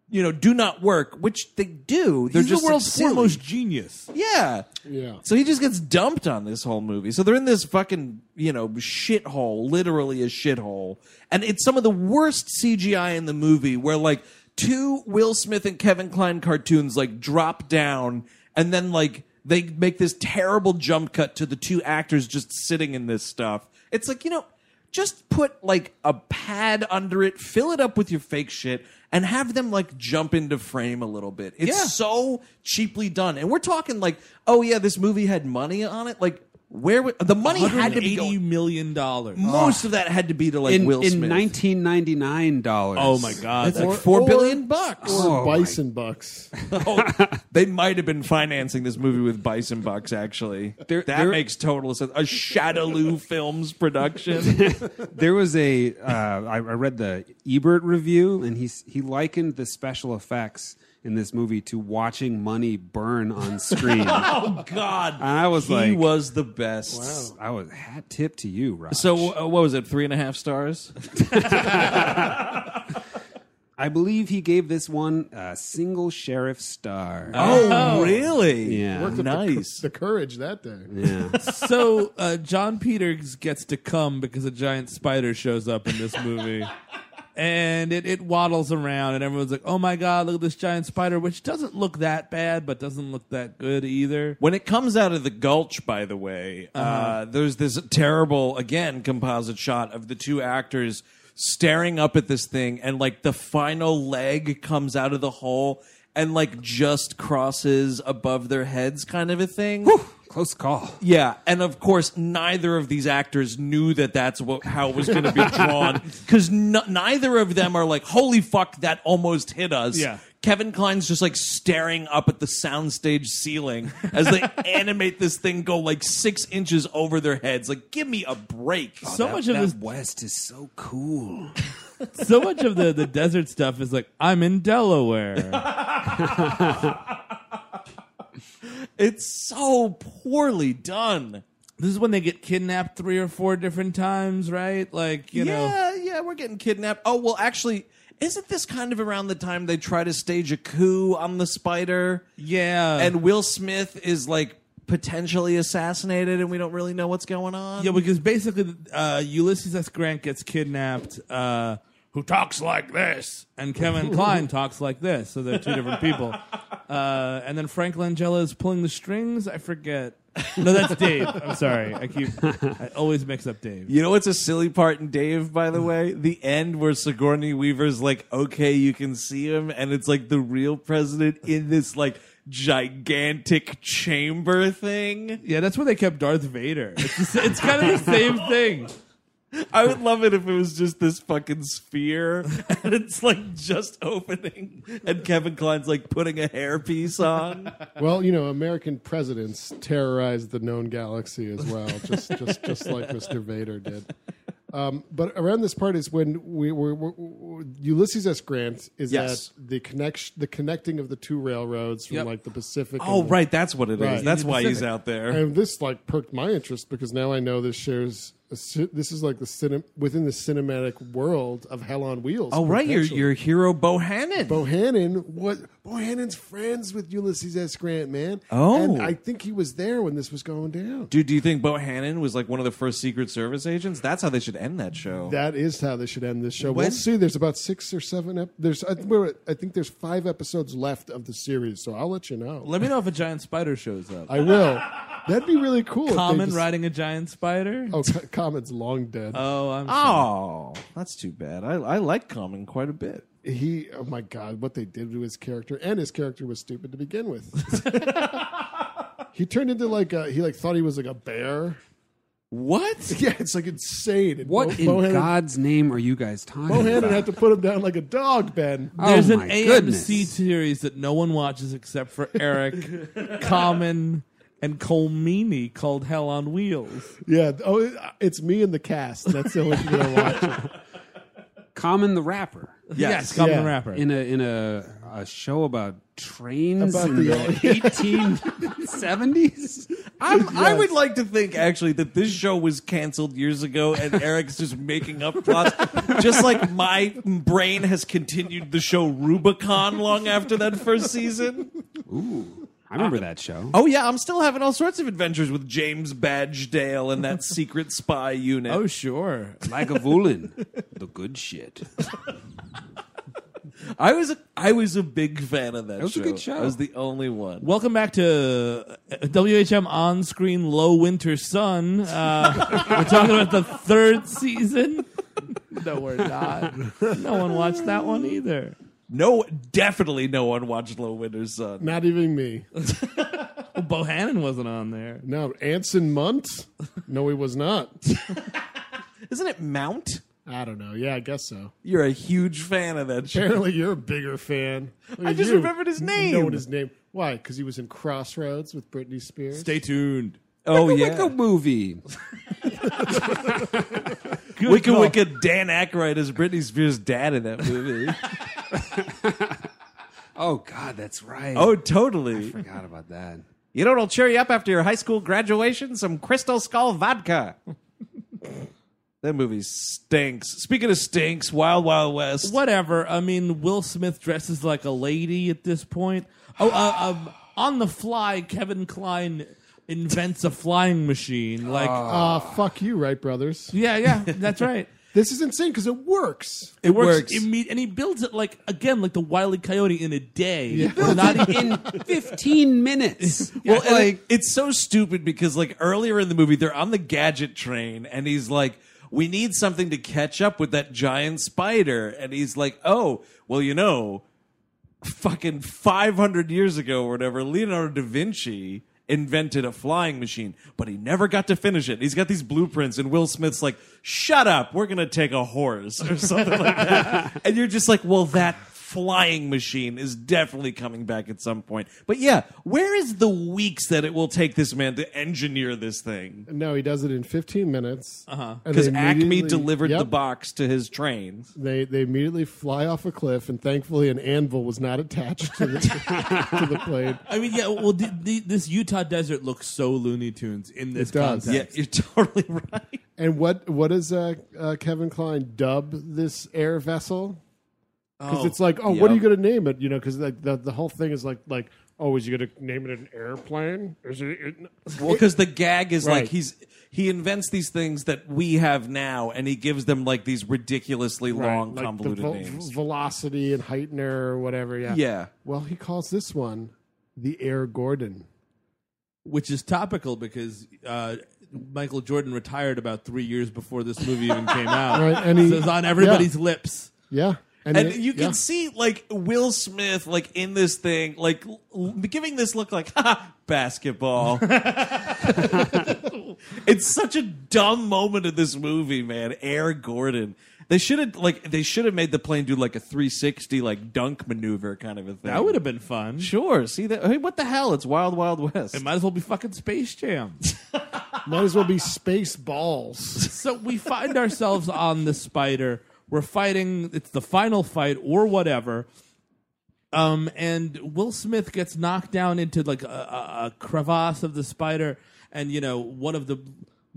you know, do not work, which they do. They're He's just the world's silly. foremost genius. Yeah. Yeah. So he just gets dumped on this whole movie. So they're in this fucking, you know, shithole, literally a shithole. And it's some of the worst CGI in the movie where like two Will Smith and Kevin Klein cartoons like drop down and then like they make this terrible jump cut to the two actors just sitting in this stuff. It's like, you know, just put like a pad under it, fill it up with your fake shit, and have them like jump into frame a little bit. It's so cheaply done, and we're talking like, oh yeah, this movie had money on it. Like, where would, the money had to be? $180 Going, million dollars. most of that had to be to like in, Will Smith. Uh, in 1999 dollars. Oh my god! That's like That's four billion bucks. Oh, my Bison bucks. Oh, <laughs> they might have been financing this movie with Bison Bucks. Actually, There- that there- makes total sense. A Shadaloo Films production. there was a uh, I, I read the Ebert review, and he s- he likened the special effects in this movie to watching money burn on screen. and <laughs> oh God, I was he like, was the best. I was hat tip to you, Rob. So uh, what was it? Three and a half stars. I believe he gave this one a single sheriff star. Oh, really? Yeah. Worked up Nice. The, cou- the courage that day. yeah. <laughs> so uh, John Peters gets to come because a giant spider shows up in this movie. And it, it waddles around, and everyone's like, oh my god, look at this giant spider, which doesn't look that bad, but doesn't look that good either. When it comes out of the gulch, by the way, uh there's this terrible, again, composite shot of the two actors staring up at this thing, and like the final leg comes out of the hole and like just crosses above their heads, kind of a thing. Close call. Yeah, and of course, neither of these actors knew that that's what, how it was going to be <laughs> drawn because neither of them are like, "Holy fuck, that almost hit us." Yeah. Kevin Klein's just like staring up at the soundstage ceiling as <laughs> they animate this thing go like six inches over their heads. Like, give me a break. so much of this West is so cool. so much of the, the desert stuff is like I'm in Delaware. It's so poorly done. this is when they get kidnapped three or four different times, right? Like you know, yeah, yeah, we're getting kidnapped. Oh well, actually. Isn't this kind of around the time they try to stage a coup on the spider? yeah, and Will Smith is like potentially assassinated, and we don't really know what's going on. yeah, because basically uh, Ulysses S. Grant gets kidnapped, uh, who talks like this, and Kevin Klein talks like this, so they're two different <laughs> people. Uh, and then Frank Langella is pulling the strings. I forget. No, that's Dave. I'm sorry. I keep. I always mix up Dave. You know what's a silly part in Dave, by the way? The end where Sigourney Weaver's like, okay, you can see him, and it's like the real president in this like gigantic chamber thing. Yeah, that's where they kept Darth Vader. It's, the sa- it's kind of the same thing. I would love it if it was just this fucking sphere <laughs> and it's like just opening and Kevin Klein's like putting a hairpiece on. Well, you know, American presidents terrorized the known galaxy as well, just just just like Mr. Vader did. Um, but around this part is when we were, were- were- Ulysses S. Grant is Yes. at the connection, the connecting of the two railroads from Yep. like the Pacific. Oh, and the- right, that's what it is. Right. That's why he's out there. and this like perked my interest because now I know this shares a, ci- this is like the cinem- within the cinematic world of Hell on Wheels. Oh, right, your, potentially. your hero Bohannon. Bohannon what Bohannon's friends with Ulysses S. Grant, man. Oh. and I think he was there when this was going down. Dude, do you think Bohannon was like one of the first Secret Service agents? That's how they should end that show. That is how they should end this show. When- We'll see. There's about six or seven. Ep- there's I, we're- I think there's five episodes left of the series, so I'll let you know. Let me know if a giant spider shows up. I will. That'd be really cool. if they Common just- riding a giant spider. Oh, <laughs> Co- Common's long dead. Oh, I'm. oh, that's too bad. I, I like Common quite a bit. he. Oh my God, what they did to his character, and his character was stupid to begin <laughs> with. he turned into like a. He like thought he was like a bear. What? <laughs> Yeah, it's like insane. And What Bo- in Bohannon, God's name are you guys talking Bohannon about? had to put him down like a dog, Ben. oh There's my an AMC goodness. series that no one watches except for Eric, <laughs> Common, and Colmini called Hell on Wheels. Yeah. Oh, it- it's me and the cast. That's the only thing I watch. Common the Rapper. Yes, Common Yeah. the Rapper. In a in a, a show about trains About in the- the eighteen seventies. I'm, I would like to think actually that this show was canceled years ago, and Eric's just making up plots, just like my brain has continued the show Rubicon long after that first season. I remember that show. Oh yeah, I'm still having all sorts of adventures with James Badgedale and that secret spy unit. Oh sure. Like a Vulin, the good shit. I was a, I was a big fan of that. It was a good show. I was the only one. Welcome back to uh, WHM on screen Low Winter Sun. Uh, we're talking about the third season. No, we're not. No one watched that one either. No, definitely no one watched Low Winter's Son. Not even me. Well, Bohannon wasn't on there. No, Anson Munt? No, he was not. Isn't it Mount? I don't know. Yeah, I guess so. You're a huge fan of that show. Apparently, you're a bigger fan. I just remembered his name. Knowing his name. Why? Because he was in Crossroads with Britney Spears. Stay tuned. Oh Like a movie. Wicca Wicca Dan Aykroyd is Britney Spears' dad in that <laughs> movie. Oh God, that's right. oh, totally. forgot about that. You know what'll cheer you up after your high school graduation? Some Crystal Skull <laughs> vodka. that movie stinks. Speaking of stinks, Wild Wild West. Whatever. I mean, Will Smith dresses like a lady at this point. Oh, uh, um, on the fly, Kevin Klein invents a flying machine. Like, uh, Ah, fuck you, right, brothers? yeah, yeah, that's right. This is insane because <laughs> it works. It works, works. imme- and he builds it like again, like the Wile E. Coyote in a day. Not in fifteen minutes. Well, and it- it's so stupid because like earlier in the movie, they're on the gadget train, and he's like, "We need something to catch up with that giant spider," and he's like, "Oh, well, you know, fucking five hundred years ago or whatever, Leonardo da Vinci." Invented a flying machine, but he never got to finish it. He's got these blueprints, and Will Smith's like, "Shut up, we're gonna take a horse or <laughs> something like that." And you're just like, "Well, that flying machine is definitely coming back at some point." But yeah, where is the weeks that it will take this man to engineer this thing? No, he does it in 15 minutes. Uh-huh. Because Acme delivered the box to his train. They they immediately fly off a cliff, and thankfully, an anvil was not attached to the <laughs> to the plane. <laughs> I mean, yeah. Well, the, the, this Utah desert looks so Looney Tunes in this It does. Yeah, context. you're <laughs> totally right. And what what does uh, uh, Kevin Klein dub this air vessel? Because it's like, oh, what are you going to name it? You know, because like the, the whole thing is like like, oh, is you going to name it an airplane? Is it, it- Well, because the gag is Right. like he's he invents these things that we have now, and he gives them like these ridiculously long, like convoluted the vel- names. velocity and heightener or whatever? Yeah. Yeah. Well, he calls this one the Air <laughs> Gordon. which is topical because uh, Michael Jordan retired about three years before this movie even came out. <laughs> Right, and he- so it's on everybody's lips. Yeah. And it- you can yeah. see like Will Smith like in this thing, like l- l- giving this look like <laughs> ha basketball. <laughs> it's such a dumb moment of this movie, man. Air Gordon. They should have like they should have made the plane do like a 360 like dunk maneuver kind of a thing. That would have been fun. sure. See that? Hey, what the hell? It's Wild Wild West. It might as well be fucking Space Jam. <laughs> might as well be space balls. so we find ourselves on the spider. We're fighting. It's the final fight or whatever. Um, and Will Smith gets knocked down into like a, a, a crevasse of the spider, and you know one of the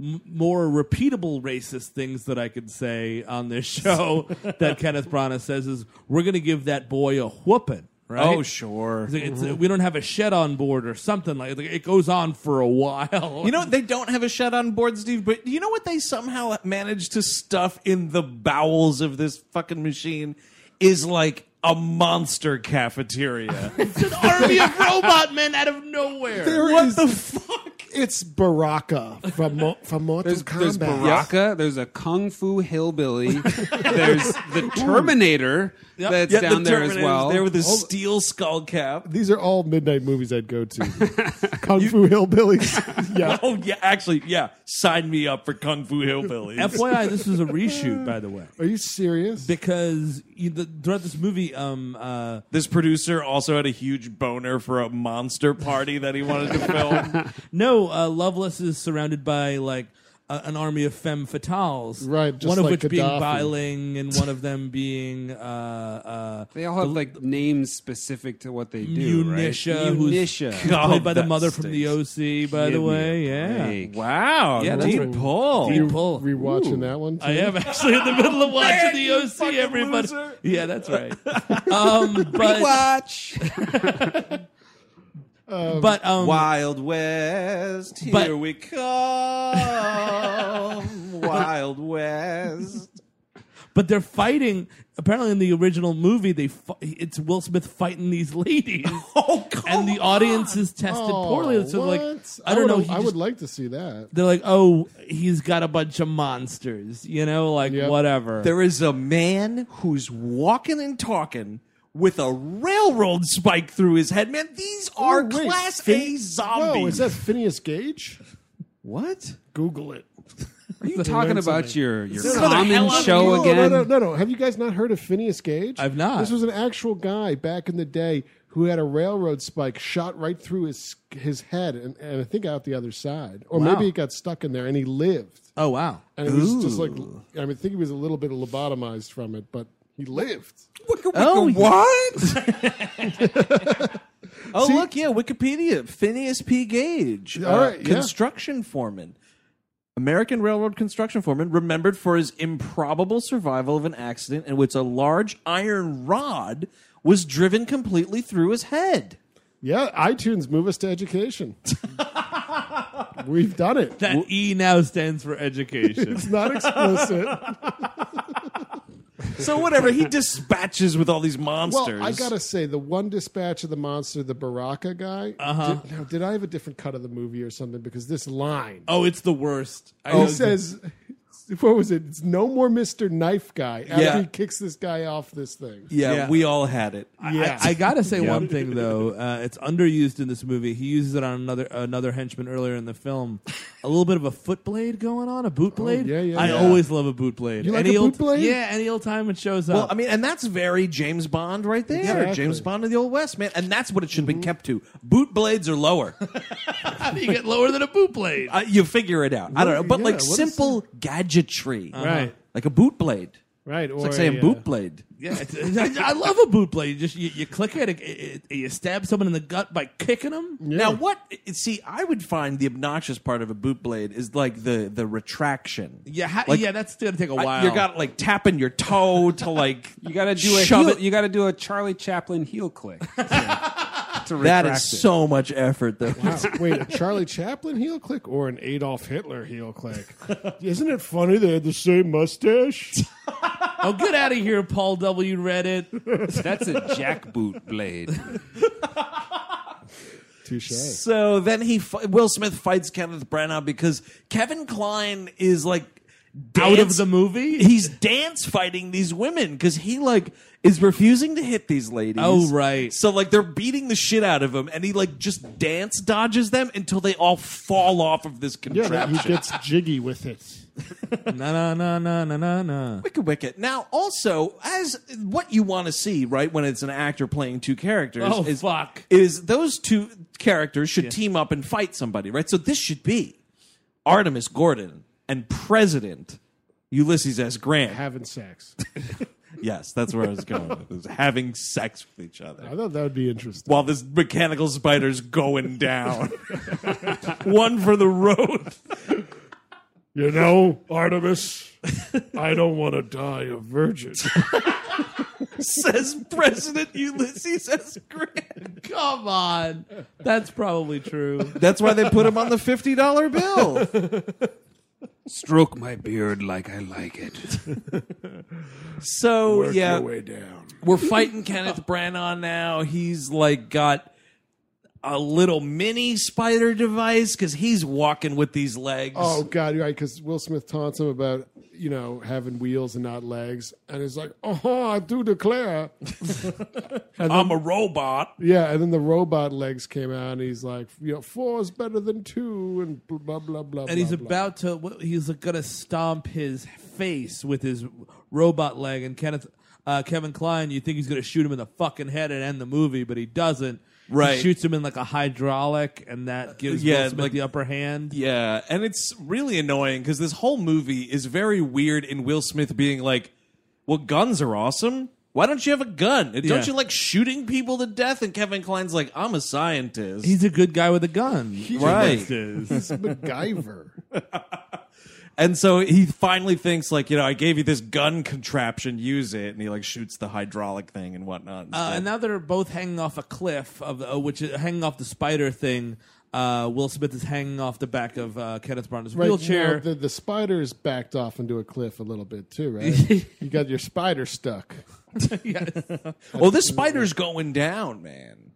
m- more repeatable racist things that I could say on <laughs> this show that Kenneth Branagh says is we're going to give that boy a whooping. Right? Oh, sure. It's, it's- we don't have a shed on board or something like, like it goes on for a while. You know, they don't have a shot on board, Steve, but you know what they somehow managed to stuff in the bowels of this fucking machine is like a monster cafeteria. It's an army of robot men out of nowhere. what the fuck? It's Baraka from Mo- from Mortal There's, Kombat. there's Baraka. There's a Kung Fu hillbilly. there's the Terminator <laughs> that's Yeah, down the there as Terminator's well. There with his steel skull cap. These are all midnight movies I'd go <laughs> to. Kung Fu Hillbillies. yeah. Oh yeah, actually, yeah. Sign me up for Kung Fu Hillbillies. FYI, this was a reshoot, by the way, Are you serious? because you, the, throughout this movie, um, uh, this producer also had a huge boner for a <laughs> monster party that he wanted to film. no, uh, Loveless is surrounded by like. Uh, a, an army of femme fatales, Right, just one of like which being Gaddafi. Biling and one of them being uh, uh, They all have like names specific to what they do, Unisha, right? who's Unisha. played by the that mother from the OC, by the way. Yeah, Wow. yeah, that's right. pull. Deep pull. Rewatching that one. I am actually in the middle of watching the OC. Everybody, yeah, that's right. Um, but watch. but um, Wild West, here But- we come. Wild West. but they're fighting. Apparently, in the original movie, they fi- it's Will Smith fighting these ladies. Oh, come and the audience is tested poorly. So like, Oh, what? I don't know. would've- he I just- would like to see that. they're like, oh, he's got a bunch of monsters. You know, like Yep. whatever. There is a man who's walking and talking with a railroad spike through his head. Man, these are wait. class A zombies. Whoa, Oh, is that Phineas Gage? what? Google it. Are you talking about your, your Son of the common show no, again? Oh, No, no, no, no. Have you guys not heard of Phineas Gage? I've not. This was an actual guy back in the day who had a railroad spike shot right through his his head and, and I think out the other side, or maybe it got stuck in there and he lived. oh wow. And it was just like I mean, I think he was a little bit lobotomized from it, but he lived. Oh, what? <laughs> <laughs> oh, look, yeah, Wikipedia. Phineas P. Gage, uh, All right, yeah. construction foreman, American railroad construction foreman, remembered for his improbable survival of an accident in which a large iron rod was driven completely through his head. Yeah, iTunes move us to education. <laughs> We've done it. That E now stands <laughs> for education. It's not explicit. So whatever, <laughs> he dispatches with all these monsters. Well, I gotta say, the one dispatch of the monster, the Baraka guy. Uh-huh. Did, now, did I have a different cut of the movie or something? Because this line, oh, it's the worst. I he Oh. know- says, <laughs> "What was it? It's no more Mister Knife Guy." After Yeah. he kicks this guy off this thing. yeah, we all had it. uh, I- I, I gotta say one thing though. Uh, it's underused in this movie. He uses it on another another henchman earlier in the film. A little bit of a foot blade going on, a boot blade. Oh, yeah, yeah, I yeah. always love a boot blade. You like Any a boot old- blade? Yeah, any old time it shows up. Well, I mean, and that's very James Bond right there. Exactly. Mm-hmm. James Bond of the Old West, man. And that's what it should be kept to. Boot blades are lower. you get lower than a boot blade. Uh, you figure it out. I don't know, but yeah, like what is simple gadgetry, Uh-huh. Right. like a boot blade. Right. Or It's like saying a, uh, boot blade. <laughs> Yeah, it's- it's- I love a boot blade. You just you, you click it, it, it- you stab someone in the gut by kicking them. Now, what? See, I would find the obnoxious part of a boot blade is like the the retraction. Yeah, ha- Like, yeah, that's gonna take a I- while. You got like tapping your toe to like You gotta do a shove heel, it. you gotta do a Charlie Chaplin heel click. to That retract is it. so much effort, though. Wait, a Charlie Chaplin heel click or an Adolf Hitler heel click? <laughs> Isn't it funny they had the same mustache? oh, get out of here, Paul W. Reddit. That's a jackboot <laughs> blade. Touche. So then he fi- Will Smith fights Kenneth Branagh because Kevin Klein is like Out of dance- the movie. He's dance fighting these women because he like is refusing to hit these ladies. Oh, right. So like they're beating the shit out of him, and he like just dance dodges them until they all fall off of this Yeah, that contraption. he gets jiggy with it. na na na na na na na. Wicked, wicked. Now, also, as what you want to see, right, when it's an actor playing two characters, Oh, is, fuck. is those two characters should team up and fight somebody, right? So this should be Artemis Gordon and President Ulysses S. Grant. Having sex. yes, that's where I was going. with <laughs> this, having sex with each other. I thought that would be interesting. while this mechanical spider's going down. One for the road. <laughs> You know, Artemis, I don't want to die a virgin. Says President Ulysses S. Grant. Come on, that's probably true. <laughs> That's why they put him on the <laughs> $50 bill. Stroke my beard like I like it. So yeah, Way down. we're fighting <laughs> Kenneth Branagh now. He's like got a little mini spider device because he's walking with these legs. Oh God, you're right? Because Will Smith taunts him about you know having wheels and not legs, and he's like, "Oh, I do declare." I'm a robot. Yeah, and then the robot legs came out, and he's like, you know, four is better than two, and blah blah blah. blah And he's blah. about to. wh- He's gonna stomp his face with his robot leg. And Kenneth, uh, Kevin Klein, you think he's gonna shoot him in the fucking head and end the movie, but he doesn't. Right. He shoots him in like a hydraulic, and that gives Yeah, Will Smith like- the upper hand. Yeah, and it's really annoying because this whole movie is very weird in Will Smith being like, "Well, guns are awesome. Why don't you have a gun? Don't Yeah. you like shooting people to death?" And Kevin Kline's like, "I'm a scientist." He's a good guy with a gun. right. Is. MacGyver. And so he finally thinks like, you know, I gave you this gun contraption, use it, and he like shoots the hydraulic thing and whatnot. Uh, instead. and now they're both hanging off a cliff of uh, which is hanging off the spider thing. Uh, Will Smith is hanging off the back of uh, Kenneth Branagh's Right wheelchair. now, the, the spider is backed off into a cliff a little bit too, right? <laughs> you got your spider stuck. oh, this spider's going down, man.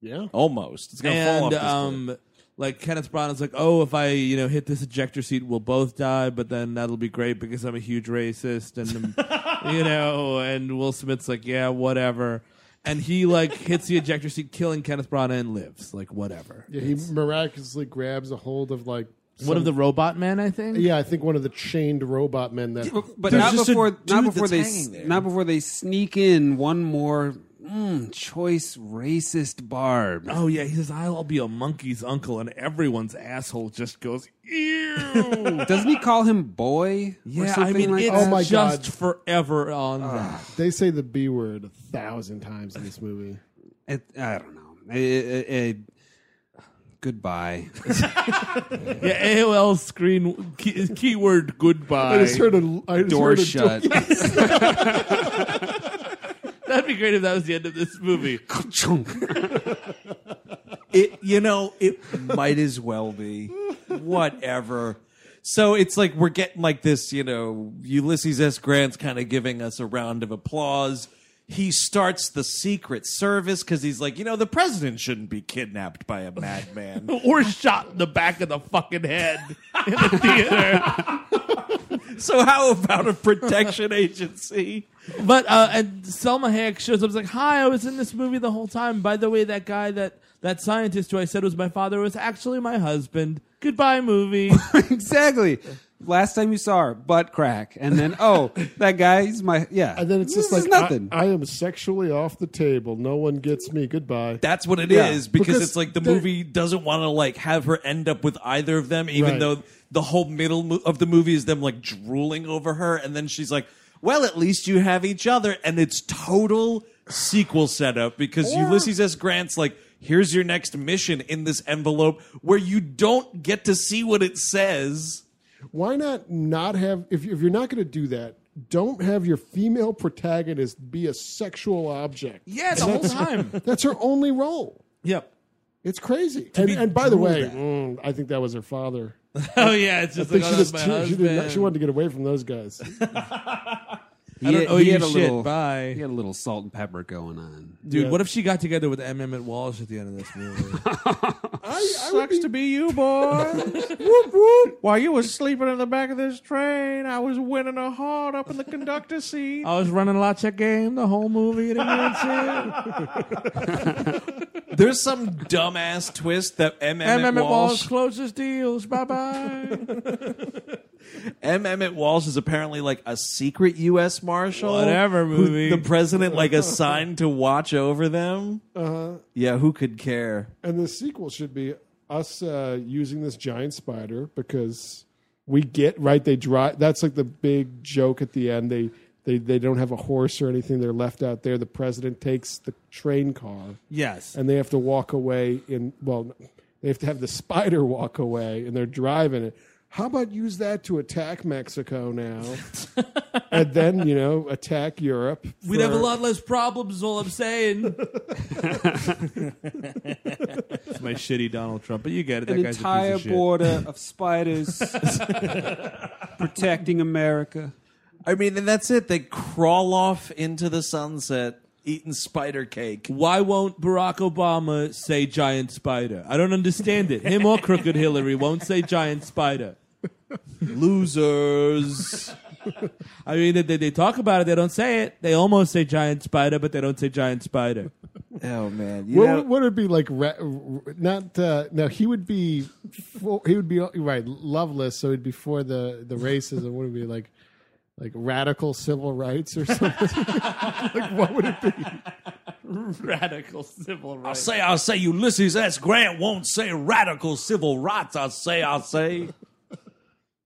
Yeah. Almost. It's gonna fall off and this cliff. um, like Kenneth Branagh's like, oh, if I you know hit this ejector seat, we'll both die, but then that'll be great because I'm a huge racist, and um, <laughs> you know, and Will Smith's like, yeah, whatever, and he like hits the ejector seat, killing Kenneth Branagh, and lives like whatever. Yeah, he miraculously grabs a hold of like One some- of the robot men, I think. yeah, I think one of the chained robot men that But There's not just a before, dude not before that's they, hanging there. not before they sneak in one more mm, choice racist barb. Oh yeah, he says I'll be a monkey's uncle, and everyone's asshole just goes <laughs> ew. Doesn't he call him boy? or yeah, I something mean like it's that? Oh my just God. forever on that. they say the B word a thousand times in this movie. It, I don't know. I- I- I- goodbye. Yeah, AOL screen key, keyword I goodbye. just heard a I just Door heard a shut. That'd be great if that was the end of this movie. it you know it might as well be whatever so it's like we're getting like this you know ulysses s grant's kind of giving us a round of applause he starts the secret service because he's like you know the president shouldn't be kidnapped by a madman or shot in the back of the fucking head in the <laughs> theater. <laughs> so how about a protection agency But uh, and Selma Hayek shows up. It's like, hi, I was in this movie the whole time. By the way, that guy that that scientist who I said was my father was actually my husband. <laughs> Goodbye, movie. exactly. Last time you saw her, butt crack, and then oh, that guy's my yeah. And then it's just This like is uh, nothing. I, I am sexually off the table. No one gets me. Goodbye. that's what it is Yeah, because, because it's like the they're- movie doesn't want to like have her end up with either of them even Right. though the whole middle mo- of the movie is them like drooling over her and then she's like well at least you have each other and it's total sequel setup because ulysses s grant's like here's your next mission in this envelope where you don't get to see what it says Why not not have if you- if you're not going to do that, don't have your female protagonist be a sexual object. yeah, the whole time. That's her only role. Yep. It's crazy. And, and by the way, mm, I think that was her father. Oh yeah, it's just I think like oh, she that's just my she, she, did not, husband. she wanted to get away from those guys. he, I don't had- owe he you had a shit. little Bye. he had a little salt and pepper going on. Dude, what if she got together with M. Emmett Walsh at the end of this <laughs> movie? Sucks to be you, boy. <laughs> whoop whoop. While you was sleeping in the back of this train, I was winning a heart up in the conductor seat. I was running a lot check game the whole movie. And <laughs> it there's some dumbass twist that M. M. Emmett Emmett Walsh Walsh closes deals. Bye bye. M. Emmett Walsh is apparently like a secret U.S. Marshal. Whatever, who movie. the president <laughs> like assigned to watch over them. Uh-huh. Yeah, who could care? and the sequel should be us uh, using this giant spider because we get right. They drive. That's like the big joke at the end. They they they don't have a horse or anything. They're left out there. The president takes the train car. Yes. and they have to walk away in well they have to have the spider walk away and they're driving it how about use that to attack mexico <laughs> now and then you know attack europe We'd have a for- lot less problems, is all I'm saying. it's my shitty Donald Trump, but you get it. That An guy's a entire piece <laughs> of border of spiders protecting America. I mean, and that's it. They crawl off into the sunset, eating spider cake. Shit. Why won't Barack Obama say giant spider? I don't understand it. Him or Crooked Hillary won't say giant spider. <laughs> Losers. I mean, they, they talk about it, they don't say it. They almost say giant spider, but they don't say giant spider. oh man, you what know, would, what would be like? Ra- r- not uh, now. He would be, for, he would be right. Loveless, so he'd be for the the racism. What would it be like? <laughs> Like radical civil rights or something? like what would it be? Radical civil I'll rights. say, I'll say, Ulysses S. Grant won't say radical civil rights. I'll say, I'll say.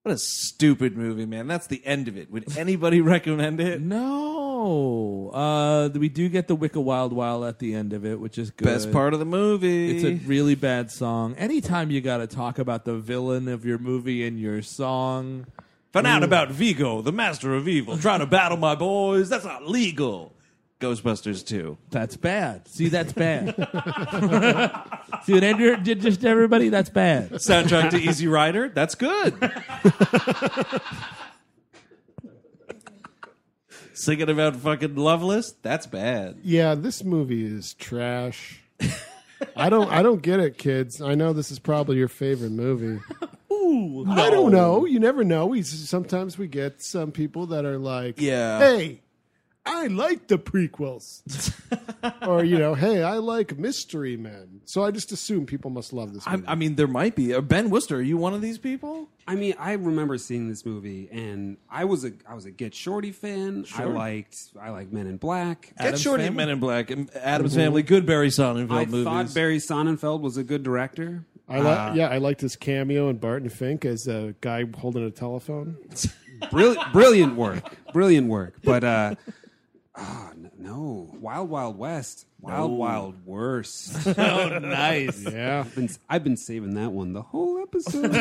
What a stupid movie, man. That's the end of it. Would anybody <laughs> recommend it? No. Uh, we do get the Wicca Wild Wild at the end of it, which is good. Best part of the movie. It's a really bad song. Anytime you got to talk about the villain of your movie in your song. Found out about Vigo, the master of evil, trying to battle my boys. That's not legal. Ghostbusters 2. That's bad. See, that's bad. <laughs> See what Andrew did just to everybody? That's bad. Soundtrack to Easy Rider. That's good. Singing about fucking Loveless. That's bad. Yeah, this movie is trash. I don't I don't get it, kids. I know this is probably your favorite movie. <laughs> Ooh, I don't know. You never know. We sometimes we get some people that are like, Yeah. hey, I like the <laughs> prequels." or you know, "Hey, I like Mystery Men." So I just assume people must love this I, movie. I mean, there might be. Uh, ben Worcester, are you one of these people? I mean, I remember seeing this movie, and I was a I was a Get Shorty fan. I liked I like Men in Black. Get Adam's Shorty, Family? Men in Black, and Adam's Family, good Barry Sonnenfeld I movies. thought <laughs> Barry Sonnenfeld was a good director. I li- Ah. yeah, I liked his cameo in Barton Fink as a guy holding a telephone. Brilliant, brilliant work, brilliant work. But uh, ah, n- no, Wild Wild West, Wild Wild Worst. Oh, nice. Yeah. I've been, I've been saving that one the whole episode.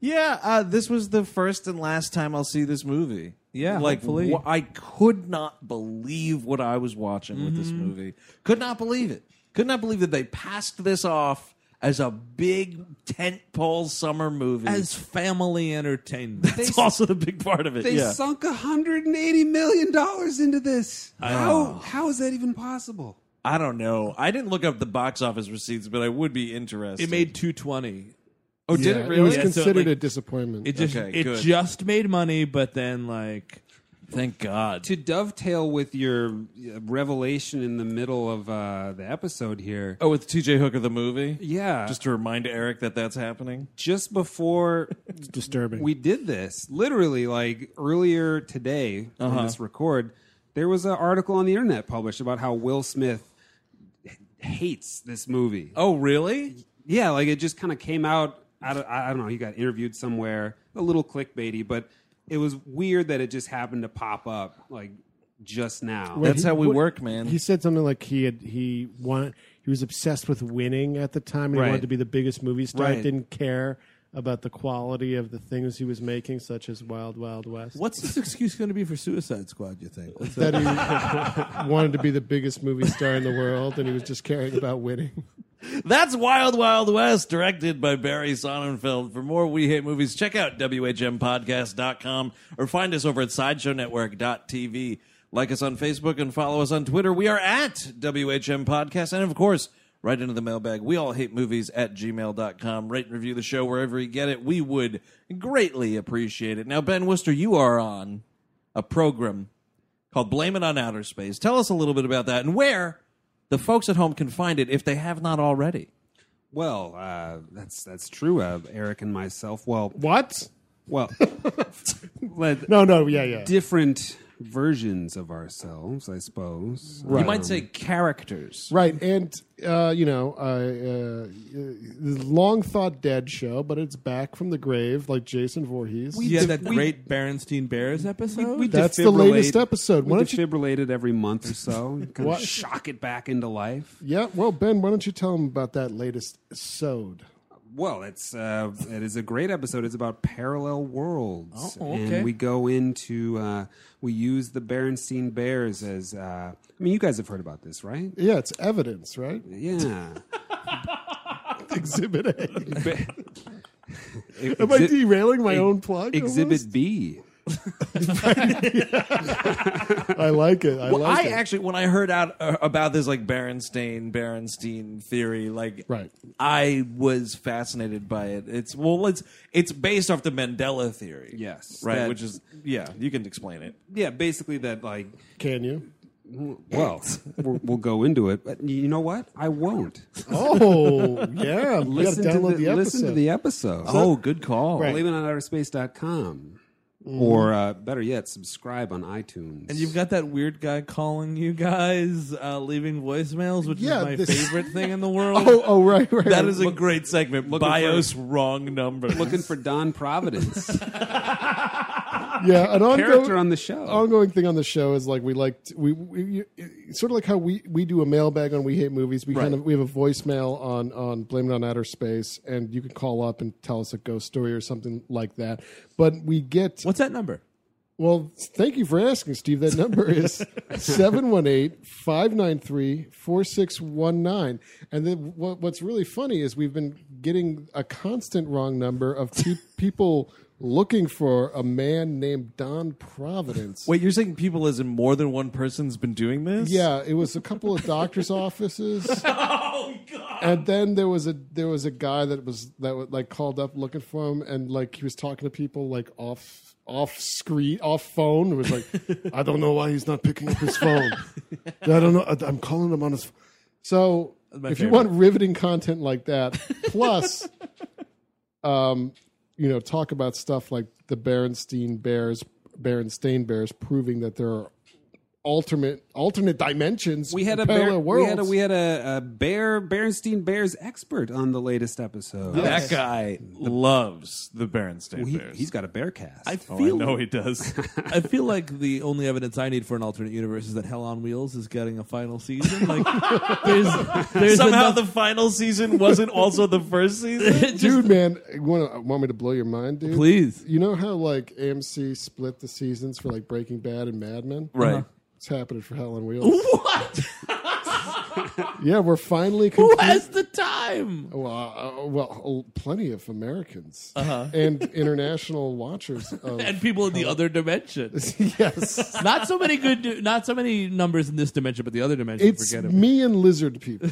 Yeah, uh, this was the first and last time I'll see this movie. Yeah, like hopefully. wh- I could not believe what I was watching with this movie. Could not believe it. Could not believe that they passed this off as a big tentpole summer movie. <laughs> As family entertainment. it's also the big part of it. They yeah. sunk hundred and eighty million dollars into this. How how is that even possible? I don't know. I didn't look up the box office receipts, but I would be interested. It made 220. Oh, did Yeah, it really? was Yeah, so, considered like, a disappointment. It just Okay, it good. just made money, but then like Thank God. to dovetail with your uh, revelation in the middle of uh, the episode here, Oh, with T.J. Hooker the movie. yeah, Just just to remind Eric that that's happening. just before disturbing. we did this, literally like earlier today on this record, there was an article on the internet published about how Will Smith h- hates this movie. Oh, really? Yeah, like it just kind of came out. I don't, I don't know. He got interviewed somewhere, a little clickbaity, but it was weird that it just happened to pop up like just now. That's how we what- work, man. He said something like he had he wanted he was obsessed with winning at the time and Right. he wanted to be the biggest movie star. Right. Didn't care about the quality of the things he was making, such as Wild Wild West. what's this excuse going to be for Suicide Squad? You think? What's That <laughs> he wanted to be the biggest movie star in the world, and he was just caring about winning. That's Wild Wild West, directed by Barry Sonnenfeld. For more We Hate Movies, check out WHMPodcast.com or find us over at SideshowNetwork.tv. Like us on Facebook and follow us on Twitter. We are at WHM Podcast. And of course, right into the mailbag, we all hate movies at gmail.com. Rate and review the show wherever you get it. We would greatly appreciate it. Now, Ben Worcester, you are on a program called Blame It on Outer Space. Tell us a little bit about that and where the folks at home can find it if they have not already. Well, uh, that's that's true of Eric and myself. Well, What? well, let- No, no, yeah, yeah. different versions of ourselves, I suppose. Um, You might say characters. Right, and uh, you know, uh, uh, uh, long thought dead show, but it's back from the grave, like Jason Voorhees. yeah, that great Berenstein Bears episode. We That's the defibrillate- latest episode. We Why don't you defibrillate it every month or <laughs> so, and kind What? of shock it back into life. Yeah, well, Ben, why don't you tell them about that latest sode? Well, it's uh, it is a great episode. It's about parallel worlds, Oh, okay. and we go into uh, we use the Berenstain Bears as. Uh, I mean, you guys have heard about this, right? Yeah, it's <laughs> evidence, right? Yeah. <laughs> Exhibit A. Am I Exhi- derailing my own plug? Exhibit B. almost? I like it. I Well, like I it. actually, when I heard out uh, about this, like Berenstain, Berenstein theory, like Right. I was fascinated by it. It's well, it's it's based off the Mandela theory, Yes. right, That- which is yeah, you can explain it. Yeah, basically that like Can you? well, we'll we'll go into it. But you know what? I won't. Oh, yeah. You got to Listen to the, download Oh, the, episode. listen to the episode. oh, good call. Right. Believe in outerspace.com. Or uh, better yet, subscribe on iTunes. And you've got that weird guy calling you guys, uh, leaving voicemails, which Yeah, is my this- <laughs> favorite thing in the world. Oh, oh, right, right. That is a great segment. looking BIOS wrong number. <laughs> looking for Don Providence yeah, an ongoing, character on the show. ongoing thing on the show is like we like to, we, we you- it's sort of like how we we do a mailbag on we hate movies. We kind of we have a voicemail on on blame it on outer space, and you can call up and tell us a ghost story or something like that. But we get What's that number? well. Thank you for asking, Steve. That number is 718-593-4619. And then what, what's really funny is we've been getting a constant wrong number of pe- people. Looking for a man named Don Providence. Wait, you're saying people as in more than one person's been doing this? Yeah, it was a couple of doctors' offices. <laughs> oh god! And then there was a there was a guy that was that was, like called up looking for him, and like he was talking to people like off off screen off phone. It was <laughs> like, I don't know why he's not picking up his <laughs> phone. I don't know. I, I'm calling him on his. ph-" So if you want riveting content <laughs> like that, plus, um, you know, talk about stuff like the Berenstein Bears, Berenstain Bears, proving that there are alternate alternate dimensions. we had a bear, parallel we worlds. had a we had a, a bear Berenstein Bears expert on the latest episode. That guy loves the Berenstain Well, he, Bears. he's got a bear cast. I oh, I feel know he does. <laughs> I feel like the only evidence I need for an alternate universe is that Hell on Wheels is getting a final season. <laughs> Like, there's, there's Somehow enough- the final season wasn't also the first season. dude, man, you want want me to blow your mind, dude? <laughs> Please. You know how like AMC split the seasons for like Breaking Bad and Mad Men? Uh-huh. Right. It's happening for Hell on <laughs> Wheels. <laughs> Yeah, we're finally. Who <laughs> Complete- has the time? Well, uh, well, uh, plenty of Americans <laughs> and international watchers. Of, And people in the other dimension. <laughs> yes, Oh. Not so many good. Not so many numbers in this <laughs> dimension, but the other dimension. it's forget it. me and lizard people.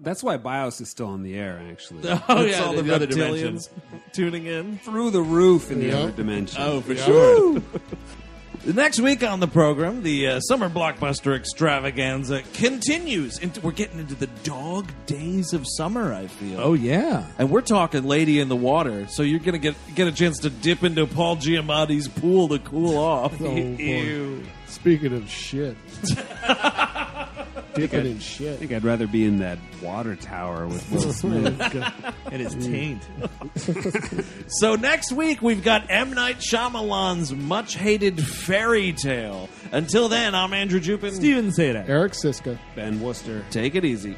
That's why Bios is still on the air, actually. Oh It's yeah, all the, the, other dimension. reptilians tuning in. Through the roof in the Yeah. other dimension. Oh, for sure. Next week on the program, the uh, summer blockbuster extravaganza continues. Into, we're getting into the dog days of summer. I feel. Oh yeah. And we're talking Lady in the Water, so you're gonna get get a chance to dip into Paul Giamatti's pool to cool off. Oh, boy. Ew. Speaking of shit, dipping in I shit. think I'd rather be in that water tower with Will Smith. And it's taint. <laughs> So next week we've got M Night Shyamalan's much hated fairy tale. Until then, I'm Andrew Jupin. Steven say <laughs> that. Eric Siska. ben Worcester. Take it easy.